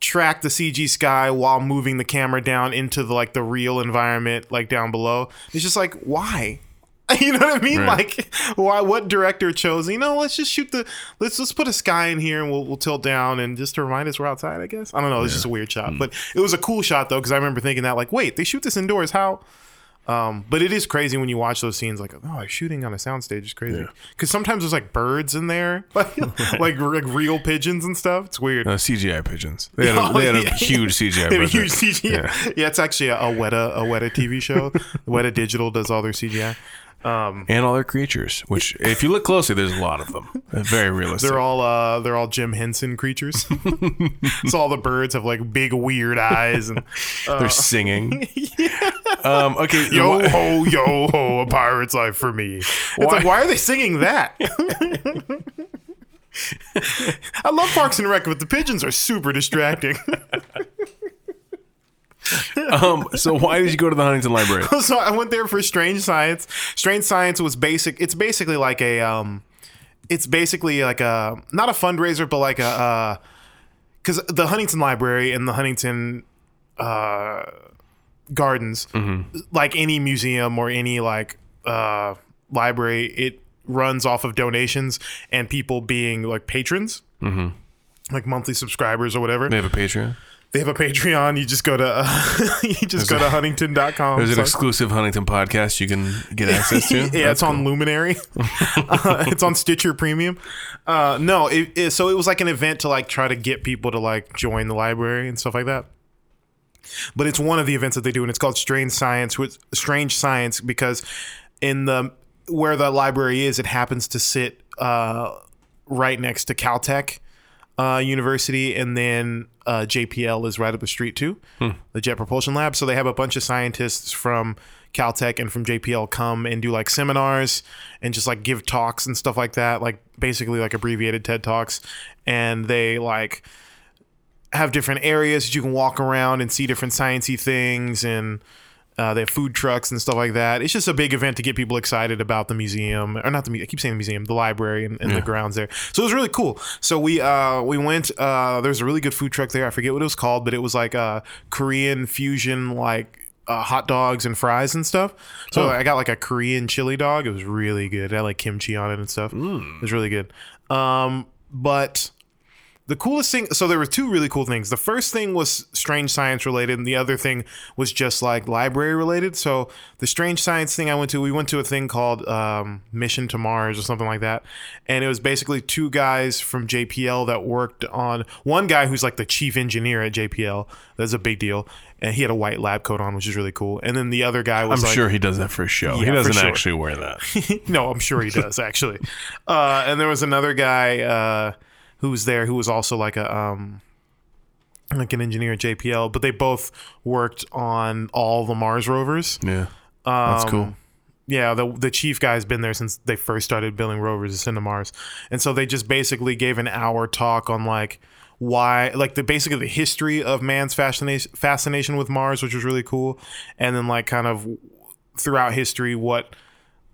track the CG sky while moving the camera down into the like the real environment, like down below. It's just like why. You know what I mean?
Right.
Like, why? What director chose? You know, let's just shoot the let's let's put a sky in here and we'll we'll tilt down and just to remind us we're outside. I guess I don't know. It's just a weird
Mm.
shot, but it was a cool shot though because I remember thinking that like, wait, they shoot this indoors? How? Um, But it is crazy when you watch those scenes. Like, oh, shooting on a soundstage is crazy. Because sometimes there's like birds in there, like like, re- like real pigeons and stuff. It's weird.
Uh, CGI pigeons. They had a,
Oh,
they had a
yeah.
huge CGI.
They
budget.
have a huge CGI. Yeah. it's actually a, a Weta a Weta TV show. Weta Digital does all their CGI.
and all their creatures, which if you look closely, there's a lot of them. They're Very realistic.
They're all uh, they're all Jim Henson creatures. so all the birds have like big weird eyes and
They're singing. um, okay.
uh, yo
wh-
ho yo ho a pirate's life for me. It's like why are they singing that? I love Parks and Rec, but the pigeons are super distracting.
Um, so why did you go to the Huntington Library?
so I went there for Strange Science. Strange Science was basic. It's basically like a, um, it's basically like a not a fundraiser, but like a, because the Huntington Library and the Huntington uh, Gardens,
Mm-hmm.
like any museum or any like uh, library, it runs off of donations and people being like patrons.
Mm-hmm.
Like monthly subscribers or whatever.
They have a Patreon.
They have a Patreon. You just go to uh, you just go to huntington.com.
There's an
slash-
exclusive Huntington podcast you can get access to.
yeah, it's on Luminary. Uh, it's on Stitcher Premium. Uh, no, it, it, so it was like an event to like try to get people to like join the library and stuff like that. but it's one of the events that they do, and it's called Strange Science. With Strange Science, because in the where the library is, it happens to sit uh, right next to Caltech uh, University, and then uh, JPL is right up the street too, the Jet Propulsion Lab. So they have a bunch of scientists from Caltech and from JPL come and do like seminars and just like give talks and stuff like that, like basically like abbreviated TED talks, and they like have different areas that you can walk around and see different sciencey things and uh, they have food trucks and stuff like that. It's just a big event to get people excited about the museum, or not the mu- I keep saying the museum, the library and, and the grounds there. So it was really cool. So we uh, we went. Uh, there was a really good food truck there. I forget what it was called, but it was like uh, Korean fusion, like uh, hot dogs and fries and stuff. So I got like a Korean chili dog. It was really good. It had like kimchi on it and stuff. It was really good. Um, but the coolest thing so there were two really cool things the first thing was strange science related and the other thing was just like library related so the strange science thing i went to we went to a thing called um, mission to mars or something like that and it was basically two guys from jpl that worked on one guy who's like the chief engineer at jpl that's a big deal and he had a white lab coat on which is really cool and then the other guy was
I'm
like,
sure he does that for show.
Yeah,
he
for
doesn't
sure.
actually wear that.
no, I'm sure he does actually. Uh, and there was another guy uh, who was there who was also like a um, like an engineer at JPL, but they both worked on all the Mars rovers.
Yeah, that's
Um,
cool.
Yeah, the the chief guy's been there since they first started building rovers to send to Mars, and so they just basically gave an hour talk on like why like the basically the history of man's fascination fascination with Mars, which was really cool, and then like kind of throughout history what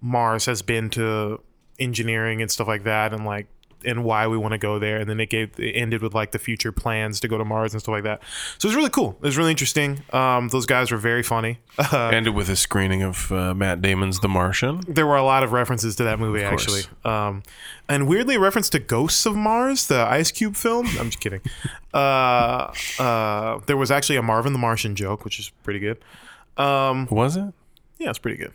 Mars has been to engineering and stuff like that, and like and why we want to go there. And then it gave it ended with like the future plans to go to Mars and stuff like that. So it was really cool. It was really interesting. Um, those guys were very funny. uh,
Ended with a screening of uh, Matt Damon's The Martian.
there were a lot of references to that movie actually
course.
um, and weirdly a reference to ghosts of mars the ice cube film i'm just kidding uh, uh, there was actually a marvin the martian joke which is pretty good Mm.
Was it?
yeah it's pretty good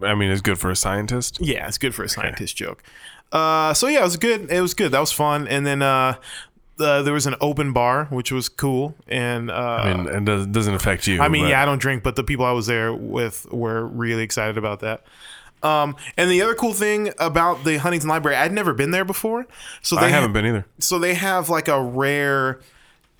I mean, it's good for a scientist.
yeah it's good for a scientist joke uh, so yeah it was good it was good that was fun and then uh, uh, there was an open bar which was cool and uh,
I mean, it does, doesn't affect you.
I mean,
but-
yeah, I don't drink, but the people I was there with were really excited about that. Um, and the other cool thing about the Huntington Library, I'd never been there before, so they
I haven't been either.
so they have like a rare.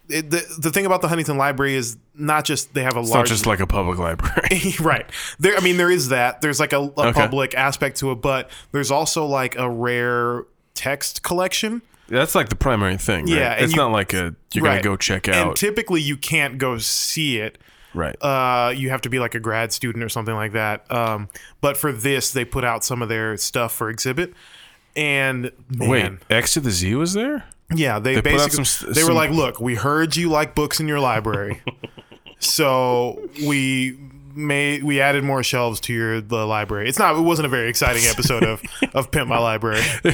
It, the the thing about the Huntington Library is not just they have a
It's not
large
just like a public library.
right there. I mean, there is that. There's like a, a public aspect to it, but there's also like a rare text collection.
That's like the primary thing. right?
Yeah, and
it's
you-
not like a you're
Right.
gonna go check
And
out.
typically, you can't go see it.
right.
uh, you have to be like a grad student or something like that. Um, but for this, they put out some of their stuff for exhibit. And man,
Wait, X to the Z was there?
yeah, they,
put out
basically
some s-
they were
some-
like, "Look, we heard you like books in your library, so we made we added more shelves to your the library." It's not it wasn't a very exciting episode of of Pimp My Library.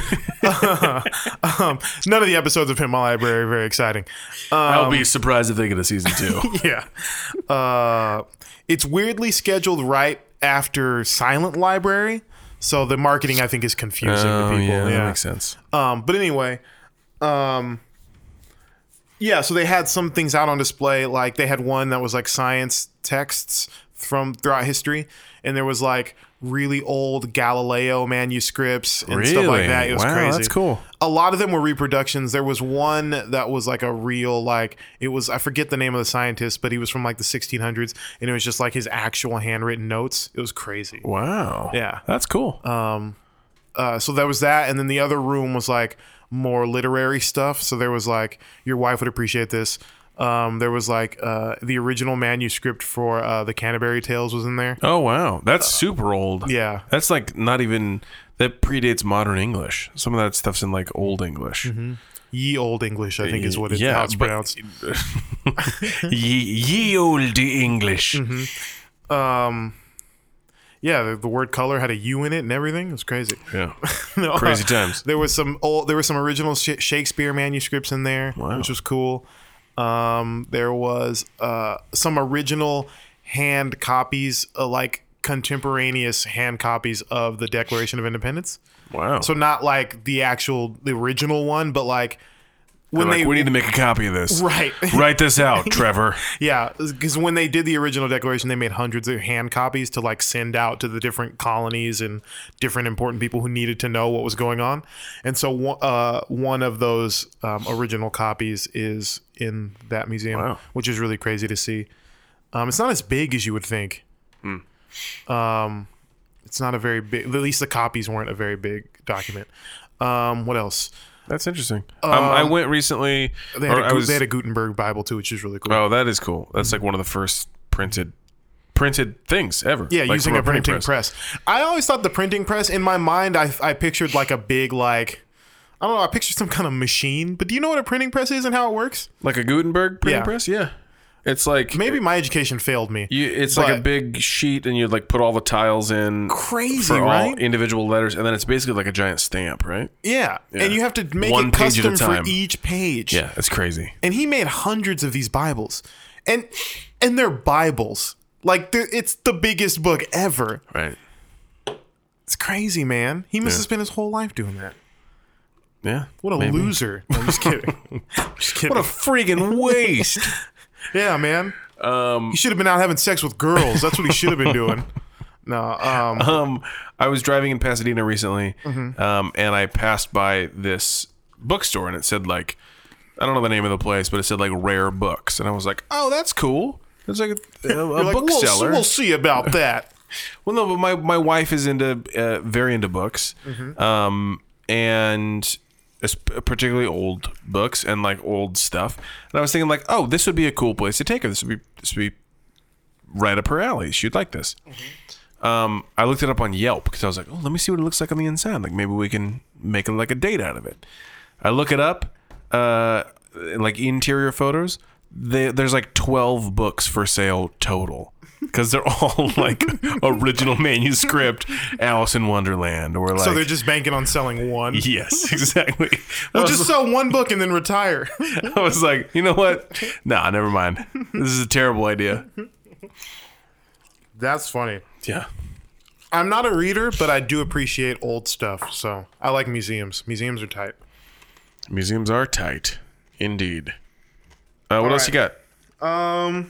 um, none of the episodes of Pimp My Library are very exciting.
I'll be surprised if they get a season two.
Um, yeah. Uh, it's weirdly scheduled right after Silent Library. So the marketing, I think, is confusing
oh
to people.
yeah,
Yeah.
that makes sense.
Um, but anyway, um, yeah. So they had some things out on display. Like they had one that was like science texts from throughout history, and there was like really old Galileo manuscripts and stuff like
Really?
that. It was
Wow,
crazy.
that's cool.
A lot of them were reproductions. There was one that was like a real, like it was. I forget the name of the scientist, but he was from like the 1600s, and it was just like his actual handwritten notes. It was crazy.
Wow.
Yeah. Um,
That's cool.
Uh, so there was that, and then the other room was like more literary stuff. So there was like your wife would appreciate this. Um, there was like uh, the original manuscript for uh, the Canterbury Tales was in there.
oh wow. That's super old.
uh, yeah.
That's like not even that predates modern English. Some of that stuff's in like old English.
Mm-hmm. Ye Old English, I think, is what it,
Yeah,
how it's
but-
pronounced.
ye, ye old English.
Mm-hmm. Yeah, the, the word color had a U in it and everything. It was crazy.
Yeah.
No,
Crazy times.
There was some old, there were some original Sh- Shakespeare manuscripts in there,
Wow.
which was cool. Um, there was uh, some original hand copies, uh, like contemporaneous hand copies of the Declaration of Independence.
Wow.
So not like the actual the original one, but like
They're
when
like,
they
we need to make a copy of this.
Right.
Write this out, Trevor.
yeah, because when they did the original declaration, they made hundreds of hand copies to like send out to the different colonies and different important people who needed to know what was going on. And so, one- uh, one of those um, original copies is in that museum,
Wow.
which is really crazy to see. Um, it's not as big as you would think. Um,
Hmm.
it's not a very big. At least the copies weren't a very big document. Um, what else?
That's interesting. um, I went recently.
They had,
or
a,
Oh, I
Gu-
was-
they had a Gutenberg Bible too, which is really cool.
oh, that is cool. That's like one of the first printed printed things ever.
Yeah,
Like,
using
from
a printing press. I always thought the printing press in my mind. I I pictured like a big like. I don't know. I pictured some kind of machine, but do you know what a printing press is and how it works?
like a Gutenberg printing
Yeah.
press. Yeah, it's like
Maybe my education failed me.
You, it's like a
But-
big sheet, and you like put all the tiles in
Crazy,
for all e-,
right?
individual letters, and then it's basically like a giant stamp, right?
yeah. and you have to make
One
it
page at a
custom
time.
for each page.
Yeah, it's crazy.
and he made hundreds of these Bibles, and and they're Bibles. Like they're, it's the biggest book ever.
Right?
It's crazy, man. He must have spent his whole life doing that.
Yeah.
What a loser! No, I'm just kidding. just kidding.
What a freaking waste!
Yeah, man. Um, he should have been out having sex with girls. That's what he should have been doing. No, um,
um, I was driving in Pasadena recently,
Mm-hmm.
um, and I passed by this bookstore, and it said like, I don't know the name of the place, but it said like rare books, and I was like, oh, that's cool. It's like a, a, a
you're like, we'll,
bookseller.
we'll see about that.
Well, no, but my, my wife is into uh, very into books, um, and es- particularly old books and like old stuff. And I was thinking like, oh, this would be a cool place to take her. This would be this would be right up her alley. She'd like this. Um, I looked it up on Yelp because I was like, oh, let me see what it looks like on the inside. Like maybe we can make like a date out of it. I look it up, uh, like interior photos. They, there's like 12 books for sale total because they're all like original manuscript Alice in Wonderland or like.
So they're just banking on selling one.
yes, exactly. I
We'll
was
just sell one book and then retire.
I was like, you know what? Nah, never mind. This is a terrible idea.
That's funny.
Yeah.
I'm not a reader, but I do appreciate old stuff. So I like museums. Museums are tight.
Museums are tight. Indeed. Uh, what else
right.
you got?
That's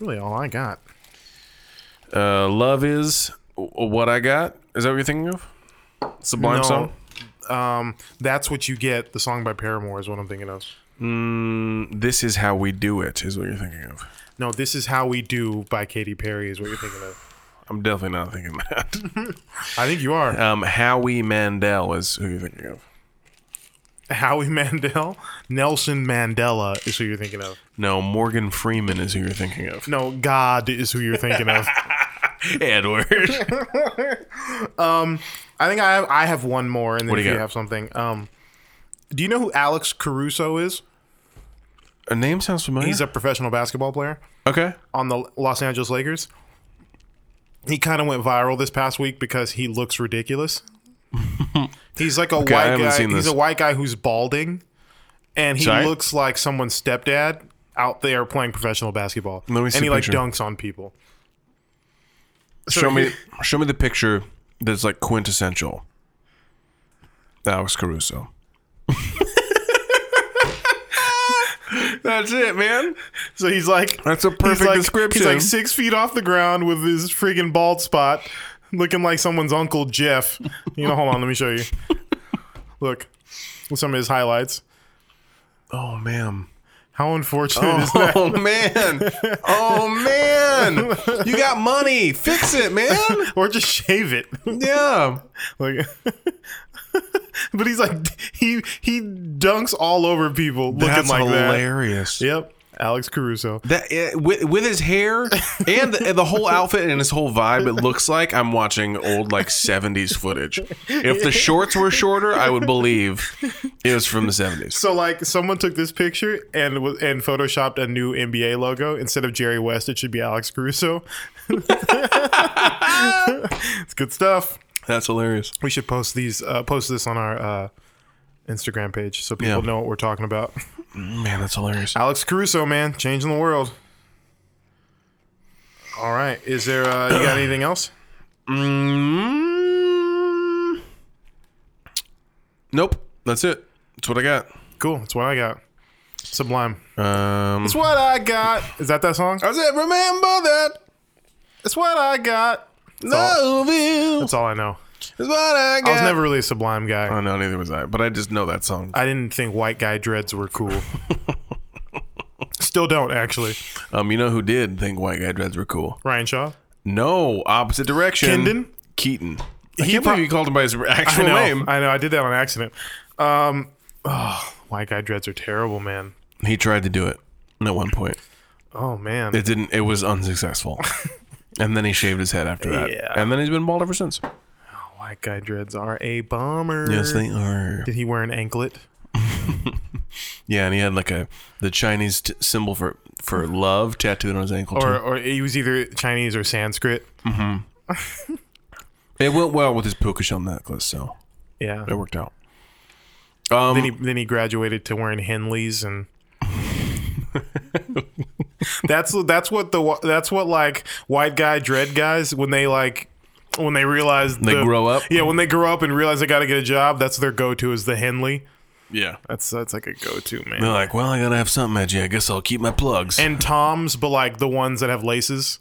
really all I got.
Uh, Love is W- what I got. Is that what you're thinking of? Sublime
No.
song.
Um, that's what you get. The song by Paramore is what I'm thinking of.
Mm, this is how we do it. Is what you're thinking of.
No, this is how we do by Katy Perry is what you're thinking of.
I'm definitely not thinking that.
I think you are.
um, Howie Mandel is who you're thinking of.
Howie Mandel, Nelson Mandela is who you're thinking of.
No, Morgan Freeman is who you're thinking of.
No, God is who you're thinking of.
Edward.
I think I have I have one more, and then
do
if
you
you
got?
have something, um, do you know who Alex Caruso is?
Her name sounds familiar.
He's a professional basketball player
okay.
on the Los Angeles Lakers. He kind of went viral this past week because he looks ridiculous. He's like a
I
white
haven't
guy.
seen
He's
this.
a white guy who's balding, and he
Sorry?
looks like someone's stepdad out there playing professional basketball.
Let me see
and he
a
like
picture.
dunks on people. So
Show me.
he-
Show me the picture that's like quintessential. Alex Caruso. that's it, man.
So he's like,
That's a perfect
he's like,
description.
He's like six feet off the ground with his friggin' bald spot, looking like someone's uncle Jeff. You know, hold on, let me show you. Look, with some of his highlights.
Oh man.
How unfortunate is that?
Oh man. Oh man. You got money. Fix it, man.
Or just shave it.
Yeah.
like, but he's like, he he dunks all over people looking
That's
like
hilarious.
that. Yep, Alex Caruso.
That uh, with, with his hair and the, the whole outfit and his whole vibe, it looks like I'm watching old like 70s footage. If the shorts were shorter, I would believe it was from the 70s.
So like, someone took this picture and was and photoshopped a new NBA logo instead of Jerry West. It should be Alex Caruso. it's good stuff.
That's hilarious.
We should post these. Uh, post this on our uh, Instagram page so people
Yeah.
know what we're talking about.
Man, that's hilarious.
Alex Caruso, man, changing the world. All right, is there? Uh, you got anything else?
Um, Mm. Nope. That's it. That's what I got.
Cool. That's what I got. Sublime.
Um,
That's what I got. Is that that song?
I said, remember that
That's what I got.
love is
That's all I know.
what I got.
I was never really a Sublime guy.
Oh no, neither was I. But I just know that song.
I didn't think white guy dreads were cool. Still don't actually.
Um, you know who did think white guy dreads were cool?
Ryan Shaw.
No, opposite direction.
Kendon?
Keaton. I
He
can't
pro-
believe you called him by his
I
actual
know.
name.
I know. I did that on accident. Um, oh, white guy dreads are terrible, man.
He tried to do it at one point.
Oh man.
It didn't. It was unsuccessful. and then he shaved his head after that.
Yeah.
And then he's been bald ever since.
white guy dreads are a bummer.
Yes, they are.
Did he wear an anklet?
Er. Yeah, and he had like a the Chinese t- symbol for for love tattooed on his ankle.
Or
too.
or he was either Chinese or Sanskrit.
It went well with his puka shell necklace, so
Yeah.
it worked out. Um,
Then he then he graduated to wearing Henleys and that's that's what the wh- that's what like white guy dread guys when they like when they realize
They
the-
grow up?
Yeah, when they grow up and realize they got to get a job, that's their go to is the Henley.
yeah.
That's that's like a go to man.
They're like, well, I gotta have something edgy. I guess I'll keep my plugs.
And Toms, but like the ones that have laces.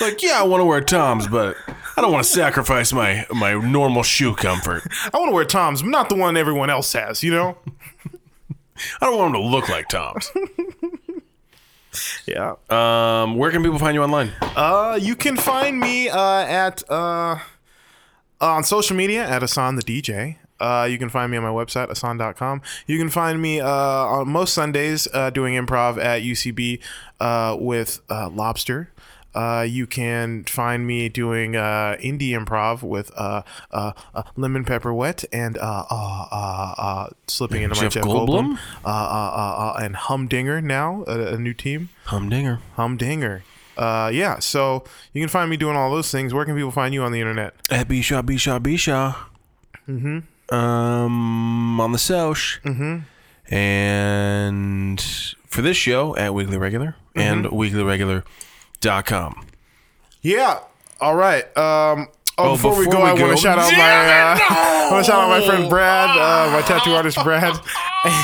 like, yeah, I want to wear Toms, but I don't want to sacrifice my my normal shoe comfort.
I want to wear Toms, but not the one everyone else has. You know?
I don't want them to look like Toms.
Yeah.
Um, where can people find you online?
Uh, you can find me uh, at uh, on social media at Asan the DJ. Uh, you can find me on my website, asan.com. You can find me uh, on most Sundays uh, doing improv at UCB uh, with uh, Lobster. Uh, you can find me doing uh, indie improv with uh, uh, uh, Lemon Pepper Wet and uh, uh, uh, uh, slipping into my
Jeff
Jeff
Goldblum?
Goldblum, Uh, uh, uh, uh, and Humdinger now, a, a new team.
Humdinger.
Humdinger. Uh, yeah, so you can find me doing all those things. Where can people find you on the internet?
At Bisha, Bisha, Bisha. Mm-hmm. Um, on the Soch. Mm-hmm. And for this show, at Weekly Regular and weeklyregular.com.
Yeah. All right. Um, oh,
Oh,
before, we
before
go,
we
I want
go-
to shout out my
Damn
uh,
it,
I want to shout out my friend Brad, uh, my tattoo artist Brad,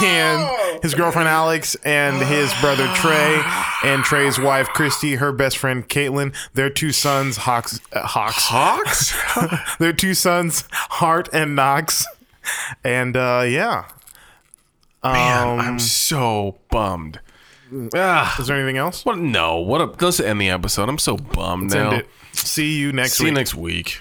and his girlfriend Alex, and his brother Trey, and Trey's wife Christy, her best friend Caitlin, their two sons Hawks, uh, Hawks,
Hawks?
their two sons Hart and Knox, and uh, yeah.
Man,
Um,
I'm so bummed. Ah,
Is there anything else?
what? No, what a. Let's end the episode. I'm so bummed
Let's
now.
end it. See you next
See
week.
you next week.